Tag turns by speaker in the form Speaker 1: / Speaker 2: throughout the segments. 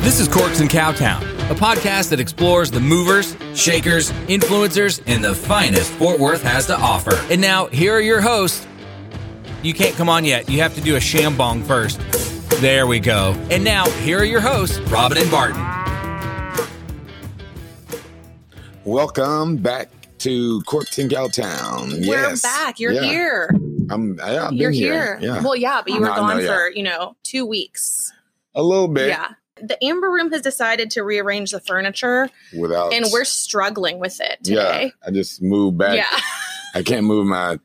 Speaker 1: This is Corks and Cowtown, a podcast that explores the movers, shakers, influencers, and the finest Fort Worth has to offer. And now, here are your hosts. You can't come on yet. You have to do a shambong first. There we go. And now, here are your hosts, Robin and Barton.
Speaker 2: Welcome back to Corks and Cowtown.
Speaker 3: We're
Speaker 2: yes.
Speaker 3: back. You're
Speaker 2: Yeah.
Speaker 3: here.
Speaker 2: I'm, yeah, I've
Speaker 3: You're
Speaker 2: been
Speaker 3: here.
Speaker 2: Yeah.
Speaker 3: Well, yeah, but you were
Speaker 2: No, I know,
Speaker 3: gone
Speaker 2: yeah.
Speaker 3: for, you know, two weeks.
Speaker 2: a little bit
Speaker 3: Yeah. The Amber Room has decided to rearrange the furniture
Speaker 2: without.
Speaker 3: and we're struggling with it
Speaker 2: Yeah.
Speaker 3: today.
Speaker 2: I just moved
Speaker 3: Yeah.
Speaker 2: back. I can't move my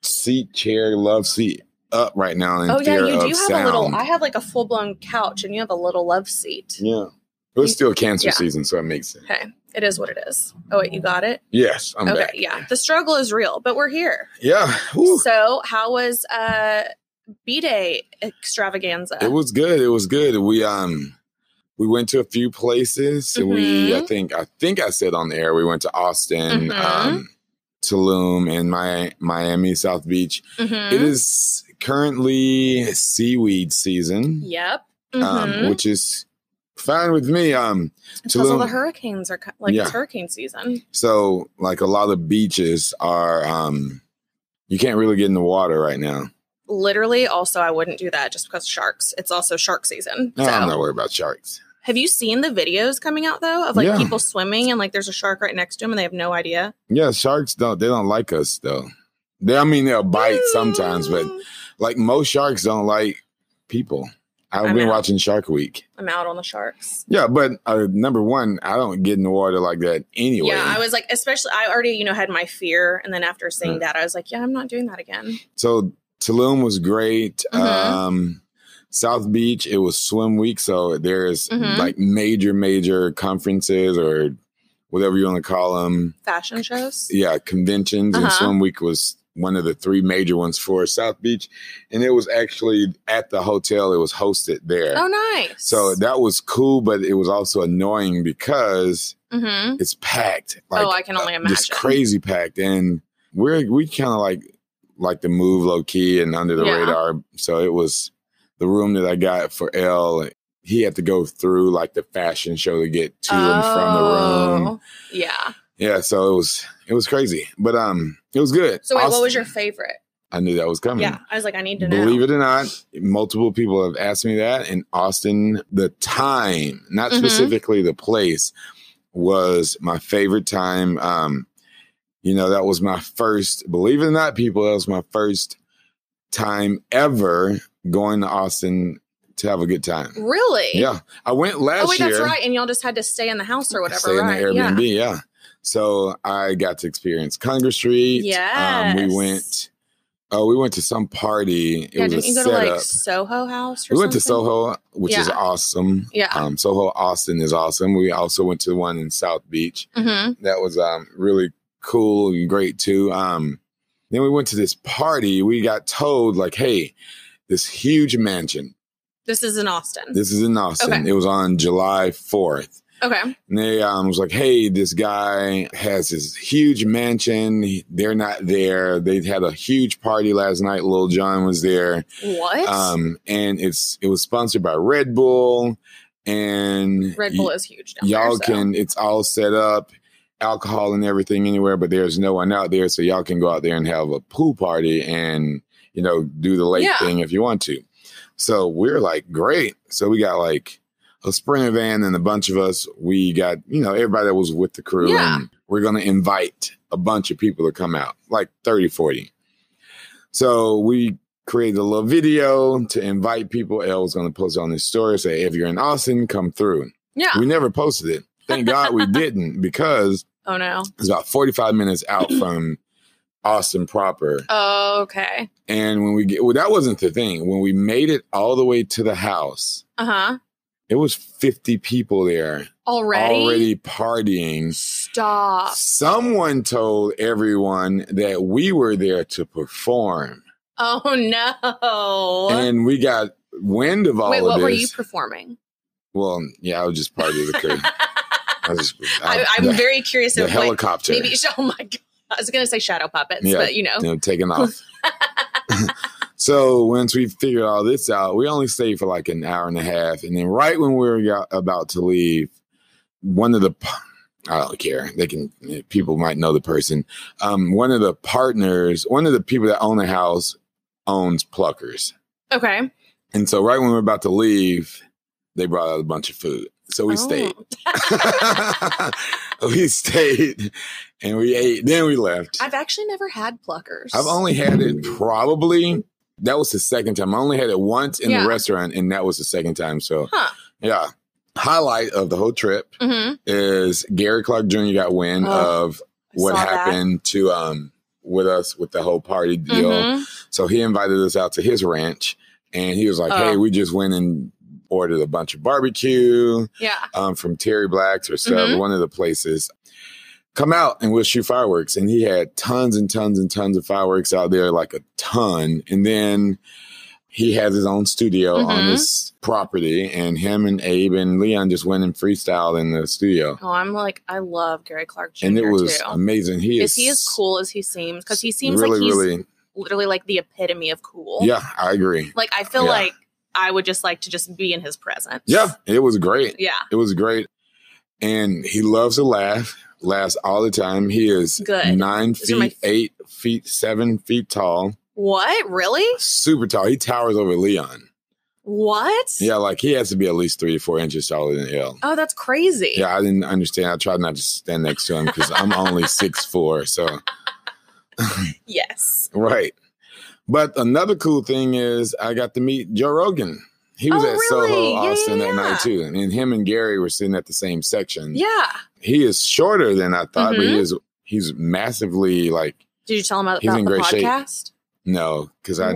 Speaker 2: seat, chair, love seat up right now. In
Speaker 3: Oh yeah,
Speaker 2: fear
Speaker 3: you do
Speaker 2: of
Speaker 3: have
Speaker 2: sound.
Speaker 3: a little I have like a full blown couch and you have a little love seat.
Speaker 2: yeah. It was still cancer
Speaker 3: Yeah.
Speaker 2: season, so it makes sense.
Speaker 3: Okay. It is what it is. Oh wait, you got it?
Speaker 2: Yes, I'm
Speaker 3: okay,
Speaker 2: back.
Speaker 3: yeah. The struggle is real, but we're here.
Speaker 2: Yeah. Whew.
Speaker 3: So how was uh B Day extravaganza?
Speaker 2: It was good. It was good. We um we went to a few places. We
Speaker 3: Mm-hmm.
Speaker 2: I think I think I said on the air we went to Austin,
Speaker 3: Mhm.
Speaker 2: um, Tulum, and Mi- Miami, South Beach.
Speaker 3: Mhm.
Speaker 2: It is currently seaweed season,
Speaker 3: Yep.
Speaker 2: um,
Speaker 3: Mhm.
Speaker 2: which is fine with me. Um,
Speaker 3: It's because all the
Speaker 2: Tulum-
Speaker 3: hurricanes are co- like
Speaker 2: Yeah.
Speaker 3: it's hurricane season.
Speaker 2: so like a lot of beaches are um you can't really get in the water right now.
Speaker 3: Literally, also I wouldn't do that just because sharks. It's also shark season.
Speaker 2: No,
Speaker 3: so.
Speaker 2: I'm not worried about sharks.
Speaker 3: Have you seen the videos coming out though of like
Speaker 2: Yeah.
Speaker 3: people swimming and like there's a shark right next to them and they have no idea?
Speaker 2: Yeah, sharks don't they don't like us though. They I mean they'll bite sometimes, but
Speaker 3: Mm.
Speaker 2: like most sharks don't like people. I've
Speaker 3: I'm
Speaker 2: been
Speaker 3: out.
Speaker 2: watching Shark Week.
Speaker 3: I'm out on the sharks.
Speaker 2: Yeah, but uh, number one, I don't get in the water like that anyway.
Speaker 3: Yeah, I was like, especially I already you know had my fear, and then after seeing that, I was like, yeah, I'm not doing that again.
Speaker 2: so Tulum was great.
Speaker 3: Mhm.
Speaker 2: Um, South Beach, it was swim week, so there's
Speaker 3: Mhm.
Speaker 2: like major, major conferences or whatever you want to call them.
Speaker 3: Fashion shows.
Speaker 2: Yeah, conventions and
Speaker 3: Uh-huh.
Speaker 2: swim week was one of the three major ones for South Beach, and it was actually at the hotel. It was hosted there.
Speaker 3: Oh, nice.
Speaker 2: So that was cool, but it was also annoying because
Speaker 3: hmm
Speaker 2: it's packed.
Speaker 3: Oh, I can only
Speaker 2: uh, Just
Speaker 3: imagine.
Speaker 2: crazy packed, and we're we kind of like like to move low key and under the
Speaker 3: Yeah.
Speaker 2: radar. So it was the room that I got for L. He had to go through like the fashion show to get to and from the room.
Speaker 3: Oh, Yeah.
Speaker 2: Yeah, so it was it was crazy, but um, it was good.
Speaker 3: So wait, what
Speaker 2: Austin-
Speaker 3: was your favorite?
Speaker 2: I knew that was coming.
Speaker 3: yeah, I was like, I need to know.
Speaker 2: Believe it or not, multiple people have asked me that. And Austin, the time, not
Speaker 3: Mhm.
Speaker 2: specifically the place, was my favorite time. Um, you know, that was my first, believe it or not, people, that was my first time ever going to Austin to have a good time.
Speaker 3: Really?
Speaker 2: Yeah. I went last
Speaker 3: Oh wait,
Speaker 2: year.
Speaker 3: that's right. And y'all just had to stay in the house or whatever,
Speaker 2: Stay in
Speaker 3: right?
Speaker 2: the Airbnb, yeah. So I got to experience Congress Street.
Speaker 3: Yes.
Speaker 2: Um, we went. Oh, we went to some party. It
Speaker 3: Yeah. yeah
Speaker 2: was
Speaker 3: didn't
Speaker 2: a
Speaker 3: you go
Speaker 2: setup.
Speaker 3: to like Soho House? Or
Speaker 2: We went to
Speaker 3: something?
Speaker 2: Soho, which is
Speaker 3: Yeah.
Speaker 2: awesome.
Speaker 3: Yeah.
Speaker 2: Um, Soho Austin is awesome. We also went to the one in South Beach.
Speaker 3: Mhm.
Speaker 2: That was um, really cool and great too. Um, then we went to this party. We got told like, "Hey, this huge mansion.
Speaker 3: This is in Austin.
Speaker 2: This is in Austin.
Speaker 3: Okay.
Speaker 2: It was on July fourth.
Speaker 3: okay.
Speaker 2: And they um, was like, "Hey, this guy has this huge mansion. He- They're not there. They had a huge party last night. Lil John was there."
Speaker 3: What?
Speaker 2: um, and it's it was sponsored by Red Bull, and
Speaker 3: Red
Speaker 2: y-
Speaker 3: Bull is huge. Down
Speaker 2: y'all
Speaker 3: there, so.
Speaker 2: can. It's all set up, alcohol and everything anywhere, but there's no one out there, so y'all can go out there and have a pool party and you know do the late
Speaker 3: Yeah.
Speaker 2: thing if you want to. So we're like, great. So we got like a sprinter van and a bunch of us. We got you know everybody that was with the crew.
Speaker 3: Yeah.
Speaker 2: And we're gonna invite a bunch of people to come out, like 30, 40. So we created a little video to invite people. L was going to post it on his story. Say, if you're in Austin, come through.
Speaker 3: Yeah.
Speaker 2: We never posted it. Thank God we didn't because
Speaker 3: Oh no.
Speaker 2: it's about 45 minutes out from Austin proper.
Speaker 3: okay.
Speaker 2: And when we get, well, that wasn't the thing. When we made it all the way to the house,
Speaker 3: Uh huh.
Speaker 2: it was 50 people there
Speaker 3: Already.
Speaker 2: already partying.
Speaker 3: Stop.
Speaker 2: Someone told everyone that we were there to perform.
Speaker 3: Oh no.
Speaker 2: And we got wind of all
Speaker 3: Wait,
Speaker 2: of
Speaker 3: what
Speaker 2: this.
Speaker 3: were you performing?
Speaker 2: Well, yeah, I was just part of the crew. I was just, I,
Speaker 3: I, I'm
Speaker 2: the,
Speaker 3: very curious.
Speaker 2: the
Speaker 3: if, like,
Speaker 2: helicopter,
Speaker 3: Maybe. Oh my god. I was gonna say shadow puppets,
Speaker 2: Yeah.
Speaker 3: but you know.
Speaker 2: you know, taking off. So once we figured all this out, we only stayed for like an hour and a half, and then right when we were got- about to leave, one of the p- I don't care. They can eh, people might know the person. Um, one of the partners, one of the people that own the house, owns Pluckers,
Speaker 3: Okay.
Speaker 2: and so right when we were about to leave, they brought out a bunch of food. So we
Speaker 3: Oh.
Speaker 2: stayed. we stayed and we ate. Then we left.
Speaker 3: I've actually never had pluckers.
Speaker 2: I've only had it probably that was the second time. I only had it once in
Speaker 3: Yeah.
Speaker 2: the restaurant, and that was the second time. So
Speaker 3: Huh.
Speaker 2: yeah. Highlight of the whole trip
Speaker 3: hmm
Speaker 2: is Gary Clark Jr. got wind
Speaker 3: Oh,
Speaker 2: of what happened to um with us with the whole party deal.
Speaker 3: hmm
Speaker 2: So he invited us out to his ranch and he was like,
Speaker 3: Oh.
Speaker 2: Hey, we just went and ordered a bunch of barbecue
Speaker 3: Yeah.
Speaker 2: um, from Terry Blacks or stuff,
Speaker 3: Mhm.
Speaker 2: one of the places. Come out and we'll shoot fireworks. And he had tons and tons and tons of fireworks out there, like a ton. And then he has his own studio on
Speaker 3: Mhm.
Speaker 2: his property, and him and Abe and Leon just went and freestyled in the studio.
Speaker 3: Oh, I'm like, I love Gary Clark Jr.
Speaker 2: And it was
Speaker 3: too.
Speaker 2: amazing. He
Speaker 3: is
Speaker 2: is,
Speaker 3: he as cool as he seems? Because he seems
Speaker 2: really,
Speaker 3: like he's
Speaker 2: really.
Speaker 3: literally like the epitome of cool.
Speaker 2: Yeah, I agree.
Speaker 3: Like I feel
Speaker 2: Yeah.
Speaker 3: like I would just like to just be in his presence.
Speaker 2: Yeah, it was great.
Speaker 3: Yeah.
Speaker 2: It was great. And he loves to laugh, laughs all the time. He is
Speaker 3: Good.
Speaker 2: nine
Speaker 3: These are my
Speaker 2: feet, eight feet, seven feet tall,
Speaker 3: What? Really?
Speaker 2: super tall. He towers over Leon.
Speaker 3: What?
Speaker 2: Yeah, like he has to be at least three to four inches taller than L.
Speaker 3: Oh, that's crazy.
Speaker 2: Yeah, I didn't understand. I tried not to stand next to him because I'm only six four. So
Speaker 3: Yes.
Speaker 2: right. But another cool thing is I got to meet Joe Rogan. He was
Speaker 3: Oh,
Speaker 2: at
Speaker 3: really?
Speaker 2: Soho
Speaker 3: Yeah,
Speaker 2: Austin
Speaker 3: yeah,
Speaker 2: that night too. And him and Gary were sitting at the same section.
Speaker 3: Yeah.
Speaker 2: he is shorter than I thought, but he
Speaker 3: Mhm.
Speaker 2: is he's massively like
Speaker 3: Did you tell him about,
Speaker 2: He's in
Speaker 3: about the
Speaker 2: great shape.
Speaker 3: podcast?
Speaker 2: no, because I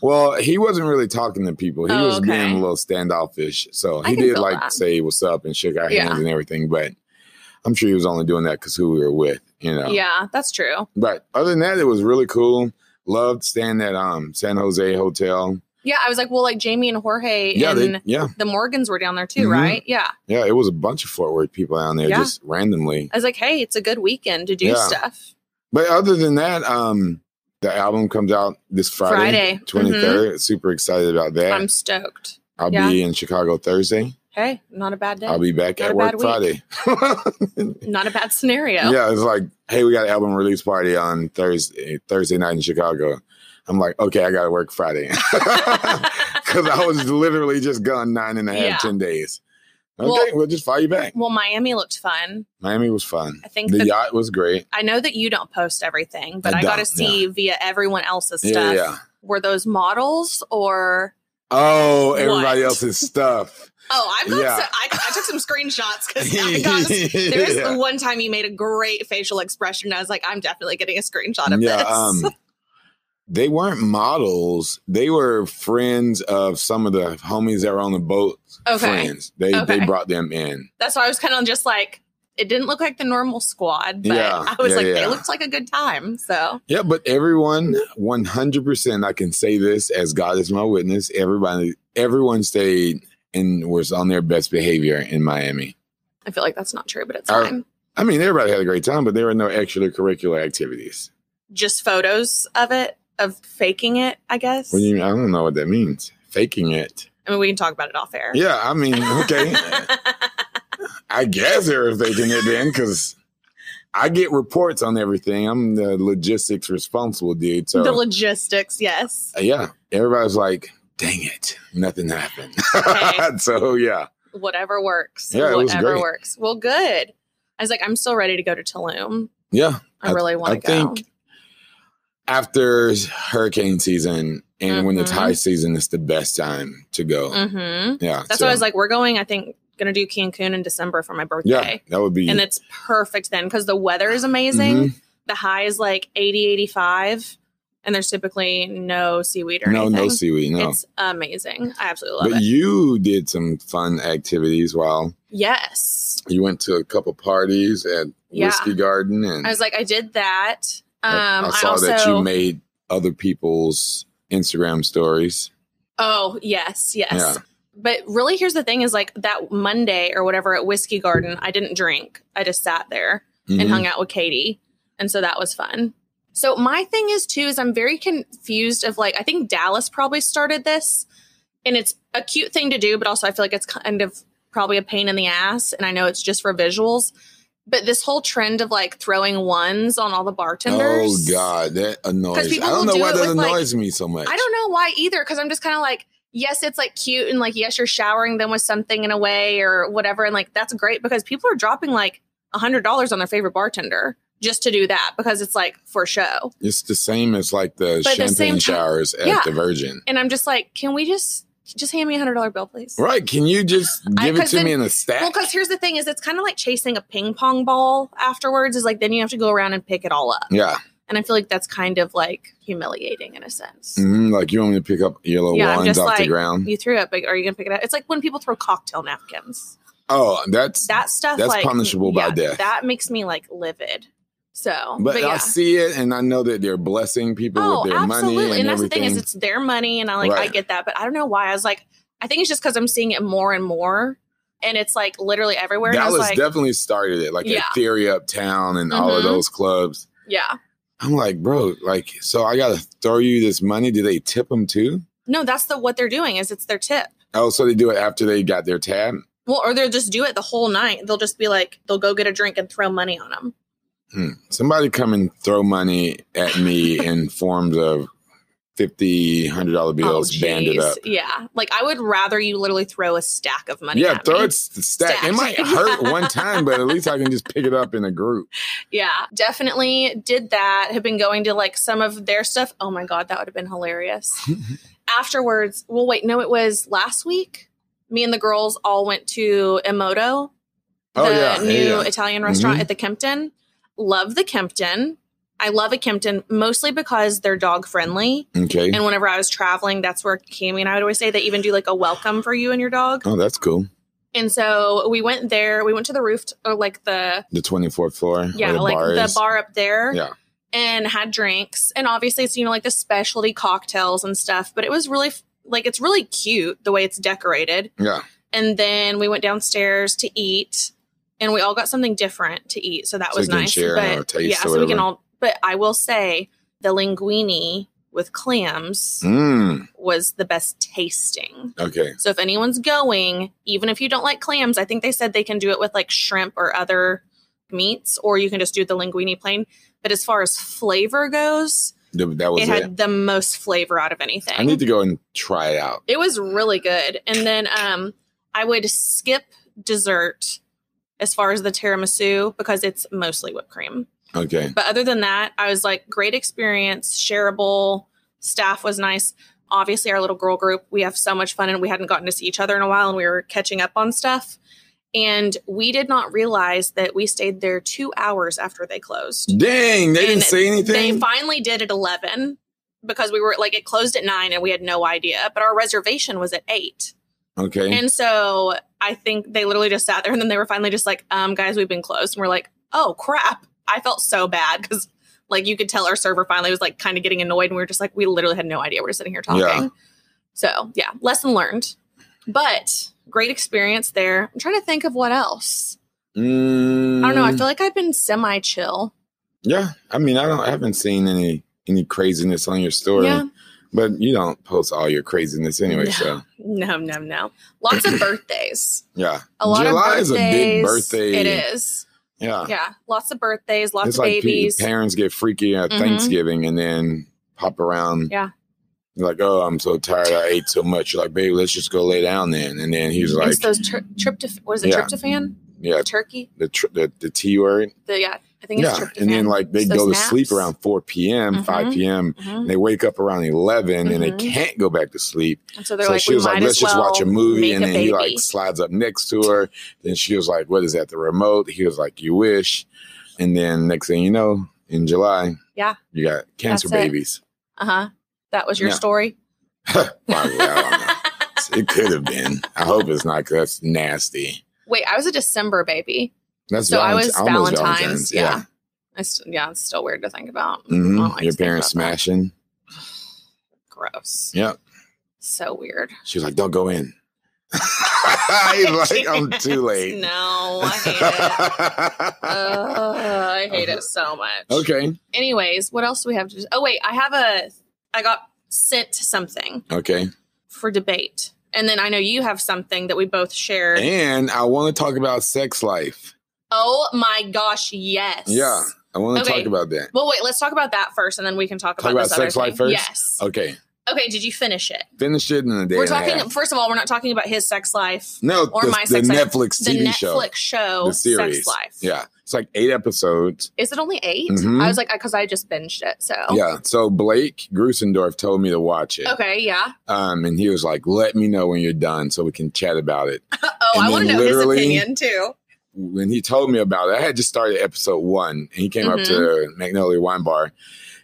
Speaker 2: well, he wasn't really talking to people. He
Speaker 3: Oh,
Speaker 2: was
Speaker 3: okay.
Speaker 2: being a little standoffish. So
Speaker 3: I
Speaker 2: he
Speaker 3: can
Speaker 2: did
Speaker 3: feel
Speaker 2: like
Speaker 3: that.
Speaker 2: say what's up and shook our
Speaker 3: Yeah.
Speaker 2: hands and everything, but I'm sure he was only doing that because who we were with, you know.
Speaker 3: Yeah, that's true.
Speaker 2: But other than that, it was really cool. Loved staying at um San Jose Hotel.
Speaker 3: Yeah, I was like, well, like Jamie and Jorge
Speaker 2: Yeah,
Speaker 3: and
Speaker 2: they, yeah,
Speaker 3: the Morgans were down there too,
Speaker 2: Mhm.
Speaker 3: right? Yeah.
Speaker 2: yeah. It was a bunch of Fort Worth people down there
Speaker 3: Yeah.
Speaker 2: just randomly.
Speaker 3: I was like, hey, it's a good weekend to do
Speaker 2: Yeah.
Speaker 3: stuff.
Speaker 2: But other than that, um, the album comes out this
Speaker 3: Friday. Mm-hmm.
Speaker 2: Friday, twenty Super excited about that.
Speaker 3: I'm stoked.
Speaker 2: I'll
Speaker 3: yeah.
Speaker 2: be in Chicago Thursday.
Speaker 3: Hey, not a bad day.
Speaker 2: I'll be back
Speaker 3: Not
Speaker 2: at
Speaker 3: a
Speaker 2: work
Speaker 3: bad
Speaker 2: Friday.
Speaker 3: not a bad scenario.
Speaker 2: yeah, it's like, hey, we got an album release party on Thursday Thursday night in Chicago. I'm like, okay, I got to work Friday because I was literally just gone nine and a half,
Speaker 3: Yeah.
Speaker 2: ten days. Okay,
Speaker 3: Well-
Speaker 2: we'll just fly you back.
Speaker 3: Well, Miami looked fun.
Speaker 2: Miami was fun.
Speaker 3: I think
Speaker 2: The
Speaker 3: that-
Speaker 2: yacht was great.
Speaker 3: I know that you don't post everything, but
Speaker 2: I
Speaker 3: I, got to
Speaker 2: don't,
Speaker 3: see via everyone else's
Speaker 2: Yeah,
Speaker 3: stuff.
Speaker 2: yeah.
Speaker 3: Were those models or?
Speaker 2: Oh, everybody
Speaker 3: What?
Speaker 2: else's stuff.
Speaker 3: Oh, I've got.
Speaker 2: Yeah.
Speaker 3: Some, I, I took some screenshots because I got. There's
Speaker 2: Yeah.
Speaker 3: the one time you made a great facial expression. And I was like, I'm definitely getting a screenshot of this.
Speaker 2: um, they weren't models. They were friends of some of the homies that were on the boat.
Speaker 3: Okay.
Speaker 2: Friends. They they
Speaker 3: Okay.
Speaker 2: brought them in.
Speaker 3: That's why I was kind of just like, it didn't look like the normal squad, but
Speaker 2: Yeah,
Speaker 3: I was
Speaker 2: yeah,
Speaker 3: like,
Speaker 2: yeah.
Speaker 3: they looked like a good time. So
Speaker 2: Yeah, but everyone, one hundred percent, I can say this as God is my witness. Everybody, everyone stayed and was on their best behavior in Miami.
Speaker 3: I feel like that's not true, but it's
Speaker 2: Our-
Speaker 3: fine.
Speaker 2: I mean, everybody had a great time, but there were no extracurricular activities.
Speaker 3: Just photos of it, of faking it, I guess.
Speaker 2: What do you mean? I don't know what that means. Faking it.
Speaker 3: I mean, we can talk about it off air.
Speaker 2: Yeah, I mean, okay. I guess they were faking it then because I get reports on everything. I'm the logistics responsible dude. So,
Speaker 3: the logistics, yes.
Speaker 2: yeah, everybody's like, dang it, nothing happened.
Speaker 3: Okay.
Speaker 2: so, yeah.
Speaker 3: Whatever works.
Speaker 2: Yeah, it was
Speaker 3: whatever
Speaker 2: great.
Speaker 3: works. Well, good. I was like, I'm still ready to go to Tulum.
Speaker 2: Yeah.
Speaker 3: I, really want
Speaker 2: I
Speaker 3: to go.
Speaker 2: think after hurricane season and when it's
Speaker 3: Mhm.
Speaker 2: high season, it's the best time to go.
Speaker 3: hmm
Speaker 2: Yeah.
Speaker 3: That's
Speaker 2: so-
Speaker 3: why I was like, we're going, I think, going to do Cancun in December for my
Speaker 2: yeah,
Speaker 3: birthday.
Speaker 2: that would be
Speaker 3: And it's perfect then because the weather is amazing.
Speaker 2: Mhm.
Speaker 3: The high is like 80, 85, and there's typically no seaweed or
Speaker 2: No,
Speaker 3: anything.
Speaker 2: no seaweed. No.
Speaker 3: It's amazing. I absolutely love
Speaker 2: But
Speaker 3: it.
Speaker 2: you did some fun activities while
Speaker 3: yes.
Speaker 2: you went to a couple parties at
Speaker 3: Yeah.
Speaker 2: Whiskey Garden and
Speaker 3: I was like, I did that. Um,
Speaker 2: I-
Speaker 3: I,
Speaker 2: I saw
Speaker 3: also,
Speaker 2: that you made other people's Instagram stories.
Speaker 3: oh yes, yes.
Speaker 2: Yeah.
Speaker 3: But really, here's the thing: is like that Monday or whatever at Whiskey Garden, I didn't drink. I just sat there
Speaker 2: Mhm.
Speaker 3: and hung out with Katie, and so that was fun. So my thing is too is I'm very confused of like I think Dallas probably started this and it's a cute thing to do but also I feel like it's kind of probably a pain in the ass and I know it's just for visuals but this whole trend of like throwing ones on all the
Speaker 2: Oh
Speaker 3: bartenders
Speaker 2: God, that annoys.
Speaker 3: 'Cause
Speaker 2: me.
Speaker 3: people
Speaker 2: I
Speaker 3: will
Speaker 2: don't know
Speaker 3: do
Speaker 2: why
Speaker 3: it
Speaker 2: that
Speaker 3: with, like-
Speaker 2: annoys me so much.
Speaker 3: I don't know why either cuz I'm just kind of like yes it's like cute and like yes you're showering them with something in a way or whatever and like that's great because people are dropping like $100 on their favorite bartender just to do that because it's like for show.
Speaker 2: It's the same as like the
Speaker 3: But at the
Speaker 2: champagne
Speaker 3: same time-
Speaker 2: showers at
Speaker 3: Yeah.
Speaker 2: the Virgin.
Speaker 3: and I'm just like, can we just just hand me a hundred dollar bill, please?
Speaker 2: Right? Can you just
Speaker 3: I-
Speaker 2: give it
Speaker 3: 'cause
Speaker 2: to
Speaker 3: then-
Speaker 2: me in a stack?
Speaker 3: Well, because here's the thing: is it's kind of like chasing a ping pong ball afterwards. Is like then you have to go around and pick it all up,
Speaker 2: yeah,
Speaker 3: and I feel like that's kind of like humiliating in a sense.
Speaker 2: hmm like you want me to pick up your little
Speaker 3: Yeah, I'm
Speaker 2: wands
Speaker 3: just
Speaker 2: off the
Speaker 3: like-
Speaker 2: ground?
Speaker 3: You threw it, but are you gonna pick it up? It's like when people throw cocktail napkins.
Speaker 2: oh, that's.
Speaker 3: That stuff
Speaker 2: That's
Speaker 3: like,
Speaker 2: punishable by death.
Speaker 3: That makes me like livid. So,
Speaker 2: but
Speaker 3: yeah.
Speaker 2: I see it, and I know that they're blessing people
Speaker 3: oh,
Speaker 2: with their
Speaker 3: absolutely.
Speaker 2: money and,
Speaker 3: and that's
Speaker 2: everything.
Speaker 3: the thing is, it's their money, and I like I
Speaker 2: Right.
Speaker 3: get that, but I don't know why. I was like, I think it's just because I'm seeing it more and more, and it's like literally everywhere. and I
Speaker 2: Dallas
Speaker 3: was like,
Speaker 2: definitely started it, like
Speaker 3: Yeah.
Speaker 2: at Theory Uptown and all of
Speaker 3: Mhm.
Speaker 2: those clubs.
Speaker 3: yeah,
Speaker 2: I'm like, bro, like, so I gotta throw you this money. Do they tip them too?
Speaker 3: no, that's the what they're doing is it's their tip.
Speaker 2: Oh, so they do it after they got their tab.
Speaker 3: Well, or they'll just do it the whole night. They'll just be like, they'll go get a drink and throw money on them.
Speaker 2: Hmm. Somebody come and throw money at me in forms of 50 hundred
Speaker 3: Oh,
Speaker 2: dollar bills banded up.
Speaker 3: Yeah, like I would rather you literally throw a stack of money.
Speaker 2: yeah,
Speaker 3: at
Speaker 2: throw
Speaker 3: me.
Speaker 2: it s- stack. It
Speaker 3: Stacked.
Speaker 2: might hurt one time, but at least I can just pick it up in a group.
Speaker 3: Yeah, definitely did that. Have been going to like some of their stuff. Oh my god, that would have been hilarious. Afterwards, well, wait, no, it was last week. Me and the girls all went to Emoto, the
Speaker 2: Oh yeah, yeah,
Speaker 3: new
Speaker 2: yeah.
Speaker 3: Italian restaurant
Speaker 2: Mhm.
Speaker 3: at the Kempton. Love the Kempton. I love a Kempton mostly because they're dog friendly.
Speaker 2: Okay.
Speaker 3: And whenever I was traveling, that's where Cami and I would always say they even do like a welcome for you and your dog.
Speaker 2: Oh, that's cool.
Speaker 3: And so we went there. We went to the roof or like the
Speaker 2: The 24th floor.
Speaker 3: yeah,
Speaker 2: where the
Speaker 3: like
Speaker 2: bar
Speaker 3: the
Speaker 2: is.
Speaker 3: bar up there.
Speaker 2: Yeah.
Speaker 3: And had drinks. And obviously it's, you know, like the specialty cocktails and stuff, but it was really f- like it's really cute the way it's decorated.
Speaker 2: Yeah.
Speaker 3: And then we went downstairs to eat and we all got something different to eat. So that
Speaker 2: So
Speaker 3: was
Speaker 2: you can
Speaker 3: nice.
Speaker 2: share
Speaker 3: but
Speaker 2: our taste
Speaker 3: yeah,
Speaker 2: or
Speaker 3: so we can
Speaker 2: whatever.
Speaker 3: all but I will say the linguine with clams
Speaker 2: Mm,
Speaker 3: was the best tasting.
Speaker 2: okay.
Speaker 3: So if anyone's going, even if you don't like clams, I think they said they can do it with like shrimp or other meats, or you can just do the linguine plain. But as far as flavor goes,
Speaker 2: Th- That was
Speaker 3: it
Speaker 2: it.
Speaker 3: had the most flavor out of anything.
Speaker 2: I need to go and try it out.
Speaker 3: it was really good. And then um, I would skip dessert as far as the tiramisu because it's mostly whipped cream.
Speaker 2: Okay.
Speaker 3: But other than that, I was like, great experience, shareable. Staff was nice. Obviously, our little girl group, we have so much fun, and we hadn't gotten to see each other in a while, and we were catching up on stuff. And we did not realize that we stayed there two hours after they closed.
Speaker 2: Dang, they didn't
Speaker 3: And
Speaker 2: say
Speaker 3: They
Speaker 2: anything.
Speaker 3: finally did at 11 because we were like, it closed at nine and we had no idea, but our reservation was at eight.
Speaker 2: okay.
Speaker 3: And so I think they literally just sat there and then they were finally just like, um, guys, we've been closed. And we're like, oh crap. I felt so bad because like you could tell our server finally was like kind of getting annoyed and we were just like, we literally had no idea we were sitting here talking.
Speaker 2: Yeah.
Speaker 3: So yeah, lesson learned. But great experience there. I'm trying to think of what else.
Speaker 2: Mm,
Speaker 3: I don't know. I feel like I've been semi chill.
Speaker 2: Yeah, I mean, I don't. I haven't seen any any craziness on your story,
Speaker 3: Yeah.
Speaker 2: but you don't post all your craziness anyway.
Speaker 3: No.
Speaker 2: So
Speaker 3: No, no, no. Lots of birthdays.
Speaker 2: yeah,
Speaker 3: A lot
Speaker 2: July
Speaker 3: of birthdays.
Speaker 2: is a big birthday.
Speaker 3: It is.
Speaker 2: yeah,
Speaker 3: Yeah. Lots of birthdays, lots
Speaker 2: it's
Speaker 3: of
Speaker 2: like pe-
Speaker 3: babies.
Speaker 2: parents get freaky at
Speaker 3: Mhm.
Speaker 2: Thanksgiving and then pop around.
Speaker 3: Yeah.
Speaker 2: You're like, oh, I'm so tired. I ate so much. You're like, babe, let's just go lay down then. And then he's like,
Speaker 3: it's those tri- tryptoph- what is it,
Speaker 2: Yeah.
Speaker 3: tryptophan?
Speaker 2: yeah,
Speaker 3: Turkey?
Speaker 2: the tr- the, the T word.
Speaker 3: The, yeah, I think it's
Speaker 2: Yeah,
Speaker 3: tryptophan.
Speaker 2: and then like they
Speaker 3: It's
Speaker 2: go to
Speaker 3: those
Speaker 2: sleep
Speaker 3: naps.
Speaker 2: around 4 p.m., 5
Speaker 3: Mhm.
Speaker 2: p.m.
Speaker 3: Mhm.
Speaker 2: And they wake up around 11 and they
Speaker 3: Mhm.
Speaker 2: can't go back to sleep.
Speaker 3: And so they're
Speaker 2: so
Speaker 3: like,
Speaker 2: she
Speaker 3: we
Speaker 2: was
Speaker 3: might
Speaker 2: like, let's
Speaker 3: as well
Speaker 2: just watch a movie.
Speaker 3: make
Speaker 2: And
Speaker 3: a
Speaker 2: then he
Speaker 3: baby.
Speaker 2: like slides up next to her. Then she was like, what is that, the remote? He was like, you wish. And then next thing you know, in July,
Speaker 3: Yeah.
Speaker 2: you got cancer
Speaker 3: That's it.
Speaker 2: babies.
Speaker 3: uh huh. That was your
Speaker 2: Yeah.
Speaker 3: story.
Speaker 2: Probably, I don't know. It could have been. I hope it's not because that's nasty.
Speaker 3: Wait, I was a December baby,
Speaker 2: That's
Speaker 3: so I
Speaker 2: Valent-
Speaker 3: was
Speaker 2: almost
Speaker 3: Valentine's.
Speaker 2: Valentine's.
Speaker 3: Yeah, I st- yeah, it's still weird to think about.
Speaker 2: Mhm.
Speaker 3: I don't like to
Speaker 2: Your
Speaker 3: think
Speaker 2: parents
Speaker 3: about that.
Speaker 2: smashing.
Speaker 3: Gross.
Speaker 2: Yep.
Speaker 3: So weird.
Speaker 2: She was like, don't go in. He's like, I'm too late.
Speaker 3: No, I hate it. Ugh, I hate it so much.
Speaker 2: okay.
Speaker 3: Anyways, what else do we have to? Oh wait, I have a. I got sent something
Speaker 2: Okay.
Speaker 3: for debate, and then I know you have something that we both shared.
Speaker 2: And I want to talk about sex life.
Speaker 3: oh my gosh, yes.
Speaker 2: Yeah. I want to
Speaker 3: Okay.
Speaker 2: talk about that.
Speaker 3: Well, wait. Let's talk about that first, and then we can talk,
Speaker 2: Talk
Speaker 3: about,
Speaker 2: about
Speaker 3: this other
Speaker 2: sex life
Speaker 3: thing.
Speaker 2: first?
Speaker 3: Yes.
Speaker 2: Okay.
Speaker 3: Okay. Did you finish it?
Speaker 2: Finish it in a day.
Speaker 3: we're
Speaker 2: and a
Speaker 3: talking.
Speaker 2: half.
Speaker 3: First of all, we're not talking about his sex life.
Speaker 2: No,
Speaker 3: or
Speaker 2: the,
Speaker 3: my
Speaker 2: the
Speaker 3: sex life.
Speaker 2: Netflix
Speaker 3: The
Speaker 2: TV show.
Speaker 3: Netflix show,
Speaker 2: the series.
Speaker 3: Sex Life.
Speaker 2: Yeah. It's like eight episodes.
Speaker 3: Is it only 8
Speaker 2: Mhm.
Speaker 3: I was like, because I just binged it. So
Speaker 2: Yeah. So Blake Grusendorf told me to watch it.
Speaker 3: Oh. Okay. Yeah.
Speaker 2: Um, and he was like, let me know when you're done so we can chat about it.
Speaker 3: Oh,
Speaker 2: And
Speaker 3: I want to
Speaker 2: then
Speaker 3: know his
Speaker 2: literally-
Speaker 3: opinion too.
Speaker 2: when he told me about it, I had just started episode one and he came up to
Speaker 3: Mm-hmm.
Speaker 2: Magnolia Wine Bar.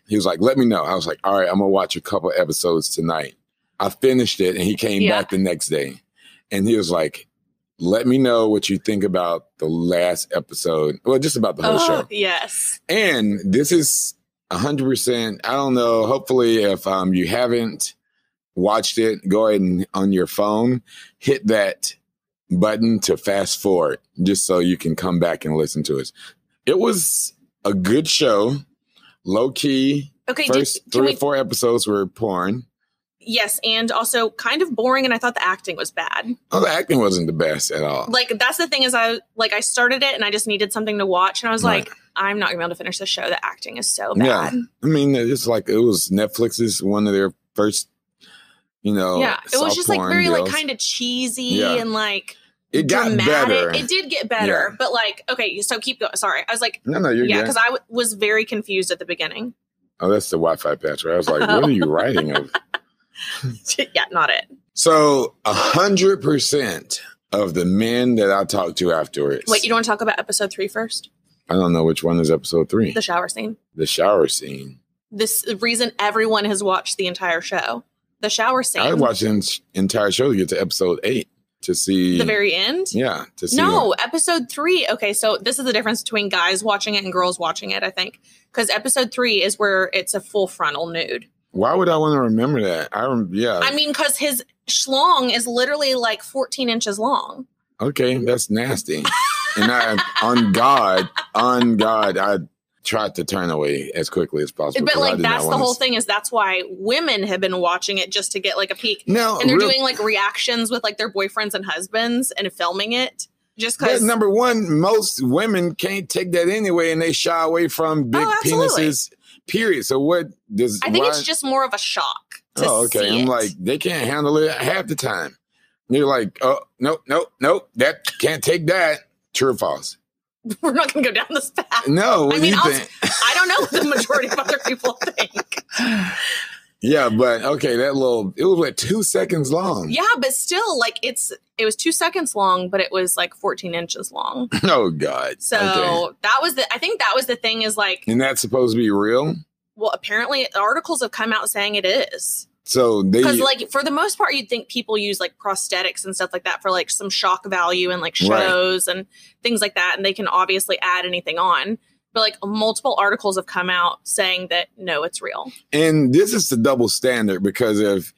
Speaker 2: He was like, let me know. I was like, all right, I'm going to watch a couple episodes tonight. I finished it and he came
Speaker 3: Yeah.
Speaker 2: back the next day and he was like, let me know what you think about the last episode. Well, just about the whole
Speaker 3: Oh,
Speaker 2: show.
Speaker 3: yes.
Speaker 2: And this is 100%. I don't know. Hopefully, if um, you haven't watched it, go ahead and on your phone, hit that button to fast forward just so you can come back and listen to it. It was a good show, low key.
Speaker 3: Okay. Did,
Speaker 2: First
Speaker 3: can
Speaker 2: three
Speaker 3: we?
Speaker 2: or four episodes were porn.
Speaker 3: Yes, and also kind of boring, and I thought the acting was bad.
Speaker 2: Oh, the acting wasn't the best at all.
Speaker 3: Like that's the thing is, I like I started it, and I just needed something to watch, and I was
Speaker 2: Right.
Speaker 3: like, I'm not gonna be able to finish the show. The acting is so
Speaker 2: Yeah.
Speaker 3: bad.
Speaker 2: I mean, it's like it was Netflix's one of their first, you know,
Speaker 3: yeah, it was
Speaker 2: Oh, soft
Speaker 3: just like
Speaker 2: porn
Speaker 3: very like
Speaker 2: deals.
Speaker 3: kind of cheesy
Speaker 2: Yeah.
Speaker 3: and like
Speaker 2: It got
Speaker 3: dramatic.
Speaker 2: better.
Speaker 3: It did get better,
Speaker 2: Yeah.
Speaker 3: but like okay, so keep going. Sorry, I was like,
Speaker 2: No, no, you're
Speaker 3: yeah,
Speaker 2: good.
Speaker 3: because I w- was very confused at the beginning.
Speaker 2: Oh, that's the Wi-Fi patch. Right? I was like, what are you writing of?
Speaker 3: yeah, not it.
Speaker 2: So a hundred percent of the men that I talked to afterwards.
Speaker 3: Wait, you don't want to talk about episode three first?
Speaker 2: I don't know which one is episode three.
Speaker 3: The shower scene.
Speaker 2: The shower scene.
Speaker 3: This the reason everyone has watched the entire show. The shower scene.
Speaker 2: I watched the en- entire show to get to episode eight to see
Speaker 3: the very end.
Speaker 2: Yeah, to see
Speaker 3: No, episode three. Okay, so this is the difference between guys watching it and girls watching it, I think. Because episode three is where it's a full frontal nude.
Speaker 2: why would I want to remember that? I rem- yeah.
Speaker 3: I mean, because his schlong is literally like 14 inches long.
Speaker 2: okay, that's nasty. and I on God, on God, I tried to turn away as quickly as possible.
Speaker 3: but
Speaker 2: 'cause I
Speaker 3: like,
Speaker 2: did not
Speaker 3: that's the
Speaker 2: wanna
Speaker 3: whole
Speaker 2: s-
Speaker 3: thing is that's why women have been watching it just to get like a peek.
Speaker 2: No,
Speaker 3: And they're
Speaker 2: real-
Speaker 3: doing like reactions with like their boyfriends and husbands and filming it just
Speaker 2: But
Speaker 3: because.
Speaker 2: number one, most women can't take that anyway, and they shy away from big
Speaker 3: Oh, absolutely.
Speaker 2: penises. Period. So what does
Speaker 3: I think
Speaker 2: why-
Speaker 3: it's just more of a shock. To
Speaker 2: oh okay?
Speaker 3: See
Speaker 2: I'm
Speaker 3: it.
Speaker 2: like they can't handle it half the time. You're like oh nope nope nope that can't take that. True or false?
Speaker 3: we're not going to go down this path.
Speaker 2: No, what
Speaker 3: I
Speaker 2: do
Speaker 3: mean,
Speaker 2: you
Speaker 3: I'll-
Speaker 2: think?
Speaker 3: I don't know what the majority of other people think.
Speaker 2: Yeah, but okay, that little it was like two seconds long.
Speaker 3: Yeah, but still, like it's it was two seconds long, but it was like 14 inches long.
Speaker 2: Oh God.
Speaker 3: So that was the I think that was the thing is like
Speaker 2: And that's supposed to be real.
Speaker 3: well apparently articles have come out saying it is
Speaker 2: So they
Speaker 3: because like for the most part you'd think people use like prosthetics and stuff like that for like some shock value and like
Speaker 2: Right.
Speaker 3: shows and things like that and they can obviously add anything on but like multiple articles have come out saying that no it's real
Speaker 2: And this is the double standard because if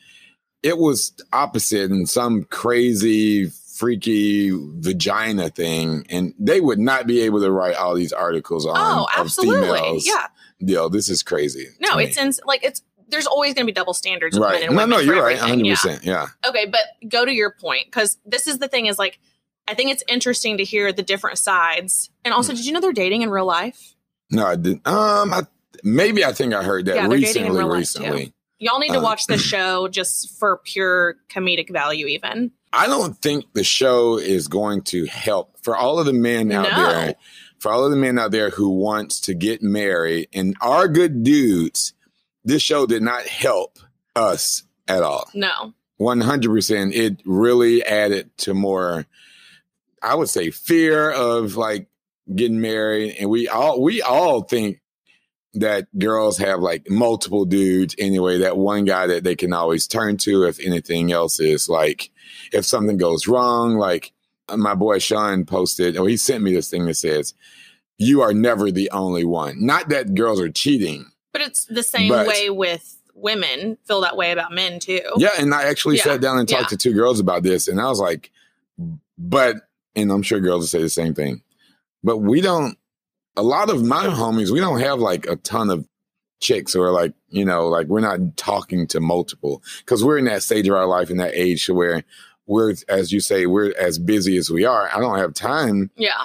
Speaker 2: it was opposite and some crazy, freaky vagina thing, and they would not be able to write all these articles on
Speaker 3: oh
Speaker 2: of
Speaker 3: absolutely
Speaker 2: females.
Speaker 3: yeah
Speaker 2: Yo, this is crazy. to
Speaker 3: no
Speaker 2: me.
Speaker 3: it's in like it's there's always going to be double standards with men
Speaker 2: right.
Speaker 3: and
Speaker 2: No,
Speaker 3: women
Speaker 2: no,
Speaker 3: for
Speaker 2: you're right.
Speaker 3: everything,
Speaker 2: 100.
Speaker 3: yeah.
Speaker 2: percent Yeah.
Speaker 3: Okay, but go to your point because this is the thing is like, I think it's interesting to hear the different sides. And
Speaker 2: Mm.
Speaker 3: also, did you know they're dating in real life?
Speaker 2: No, I didn't. Um, I, maybe I think I heard that
Speaker 3: Yeah, they're dating in
Speaker 2: recently.
Speaker 3: real life,
Speaker 2: Recently,
Speaker 3: Y'all need to
Speaker 2: Uh,
Speaker 3: watch this show just for pure comedic value, even.
Speaker 2: I don't think the show is going to help for all of the men out
Speaker 3: No.
Speaker 2: there. For all of the men out there who wants to get married and are good dudes, this show did not help us at all.
Speaker 3: No.
Speaker 2: One hundred percent. It really added to more. I would say fear of like getting married, and we all we all think that girls have like multiple dudes anyway. That one guy that they can always turn to if anything else is like if something goes wrong. Like uh, my boy Sean posted, or he sent me this thing that says, "You are never the only one." Not that girls are cheating.
Speaker 3: But it's the same
Speaker 2: But-
Speaker 3: way with women, feel that way about men too.
Speaker 2: Yeah, and I actually
Speaker 3: Yeah,
Speaker 2: sat down and talked to
Speaker 3: yeah.
Speaker 2: two girls about this, and I was like, But and I'm sure girls will say the same thing. But we don't. A lot of my homies, we don't have like a ton of chicks or like you know like we're not talking to multiple because we're in that stage of our life in that age to where we're as you say we're as busy as we are. I don't have time
Speaker 3: Yeah.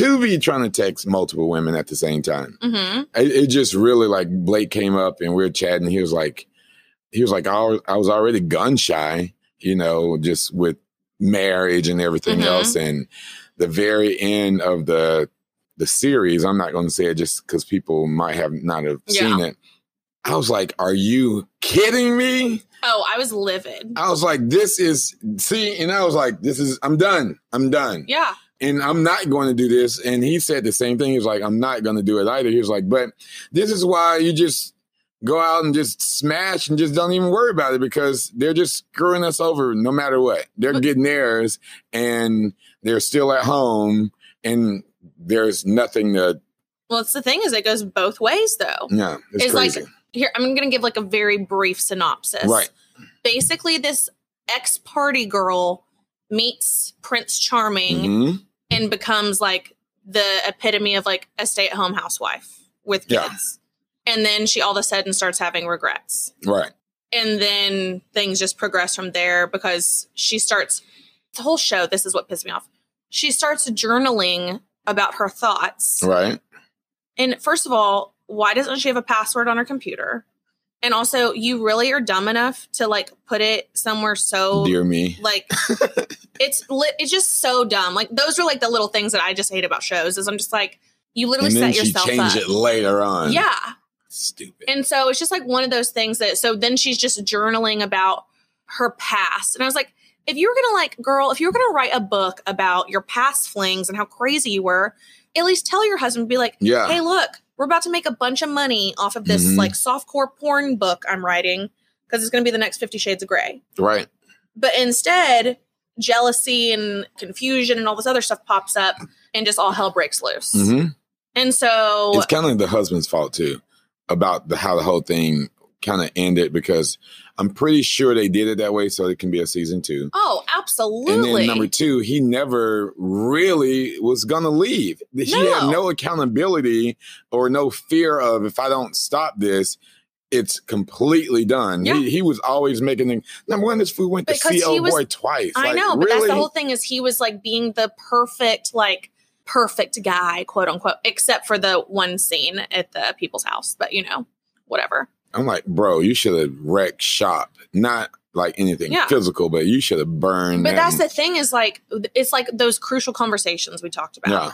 Speaker 2: to be trying to text multiple women at the same time.
Speaker 3: Mm-hmm.
Speaker 2: It, it just really like Blake came up and we were chatting. He was like, he was like, I was, I was already gun shy, you know, just with marriage and everything
Speaker 3: Mhm.
Speaker 2: else. And the very end of the the series, I'm not going to say it just because people might have not have seen it. I was like, are you kidding me?
Speaker 3: Oh, I was livid.
Speaker 2: I was like, this is see, and I was like, this is I'm done. I'm done
Speaker 3: Yeah.
Speaker 2: and I'm not going to do this. And he said the same thing. He was like, I'm not going to do it either. He was like, but this is why you just go out and just smash and just don't even worry about it because they're just screwing us over no matter what. They're
Speaker 3: But-
Speaker 2: getting theirs and they're still at home and there's nothing to,
Speaker 3: Well, it's the thing is it goes both ways though.
Speaker 2: no, it's,
Speaker 3: It's like-
Speaker 2: crazy.
Speaker 3: Here, I'm going to give like a very brief synopsis.
Speaker 2: Right.
Speaker 3: Basically, this ex-party girl meets Prince Charming
Speaker 2: Mhm.
Speaker 3: and becomes like the epitome of like a stay-at-home housewife with
Speaker 2: Yeah.
Speaker 3: kids. And then she all of a sudden starts having regrets.
Speaker 2: Right.
Speaker 3: and then things just progress from there because she starts the whole show this is what pissed me off she starts journaling about her thoughts
Speaker 2: Right.
Speaker 3: and first of all why doesn't she have a password on her computer and also you really are dumb enough to like put it somewhere so
Speaker 2: Dear me.
Speaker 3: like it's lit it's just so dumb like those are like the little things that i just hate about shows is i'm just like you literally
Speaker 2: And then
Speaker 3: set
Speaker 2: she
Speaker 3: yourself
Speaker 2: changed
Speaker 3: up
Speaker 2: it later on.
Speaker 3: yeah
Speaker 2: Stupid.
Speaker 3: and so it's just like one of those things that so then she's just journaling about her past. And I was like, if you were gonna like, girl, if you were gonna write a book about your past flings and how crazy you were, at least tell your husband, be like,
Speaker 2: yeah.
Speaker 3: hey, look, we're about to make a bunch of money off of this
Speaker 2: Mhm.
Speaker 3: like softcore porn book I'm writing, because it's gonna be the next Fifty Shades of Grey.
Speaker 2: right.
Speaker 3: But instead, jealousy and confusion and all this other stuff pops up and just all hell breaks loose.
Speaker 2: hmm
Speaker 3: And so
Speaker 2: it's kind of the husband's fault too about the how the whole thing kind of ended because I'm pretty sure they did it that way so it can be a season two.
Speaker 3: Oh, absolutely.
Speaker 2: And then number two, he never really was gonna leave. He had
Speaker 3: No.
Speaker 2: no accountability or no fear of if I don't stop this, it's completely done.
Speaker 3: Yeah.
Speaker 2: He, he was always making the, number one. This food went to
Speaker 3: Because he
Speaker 2: see old
Speaker 3: was-
Speaker 2: boy twice.
Speaker 3: I
Speaker 2: Like,
Speaker 3: know, but that's
Speaker 2: really?
Speaker 3: the whole thing is he was like being the perfect, like perfect guy, quote unquote, except for the one scene at the people's house. But you know, whatever.
Speaker 2: I'm like, bro, you should have wrecked shop, not like anything
Speaker 3: Yeah.
Speaker 2: physical, but you should have burned.
Speaker 3: But that's
Speaker 2: him.
Speaker 3: the thing is like it's like those crucial conversations we talked about.
Speaker 2: yeah.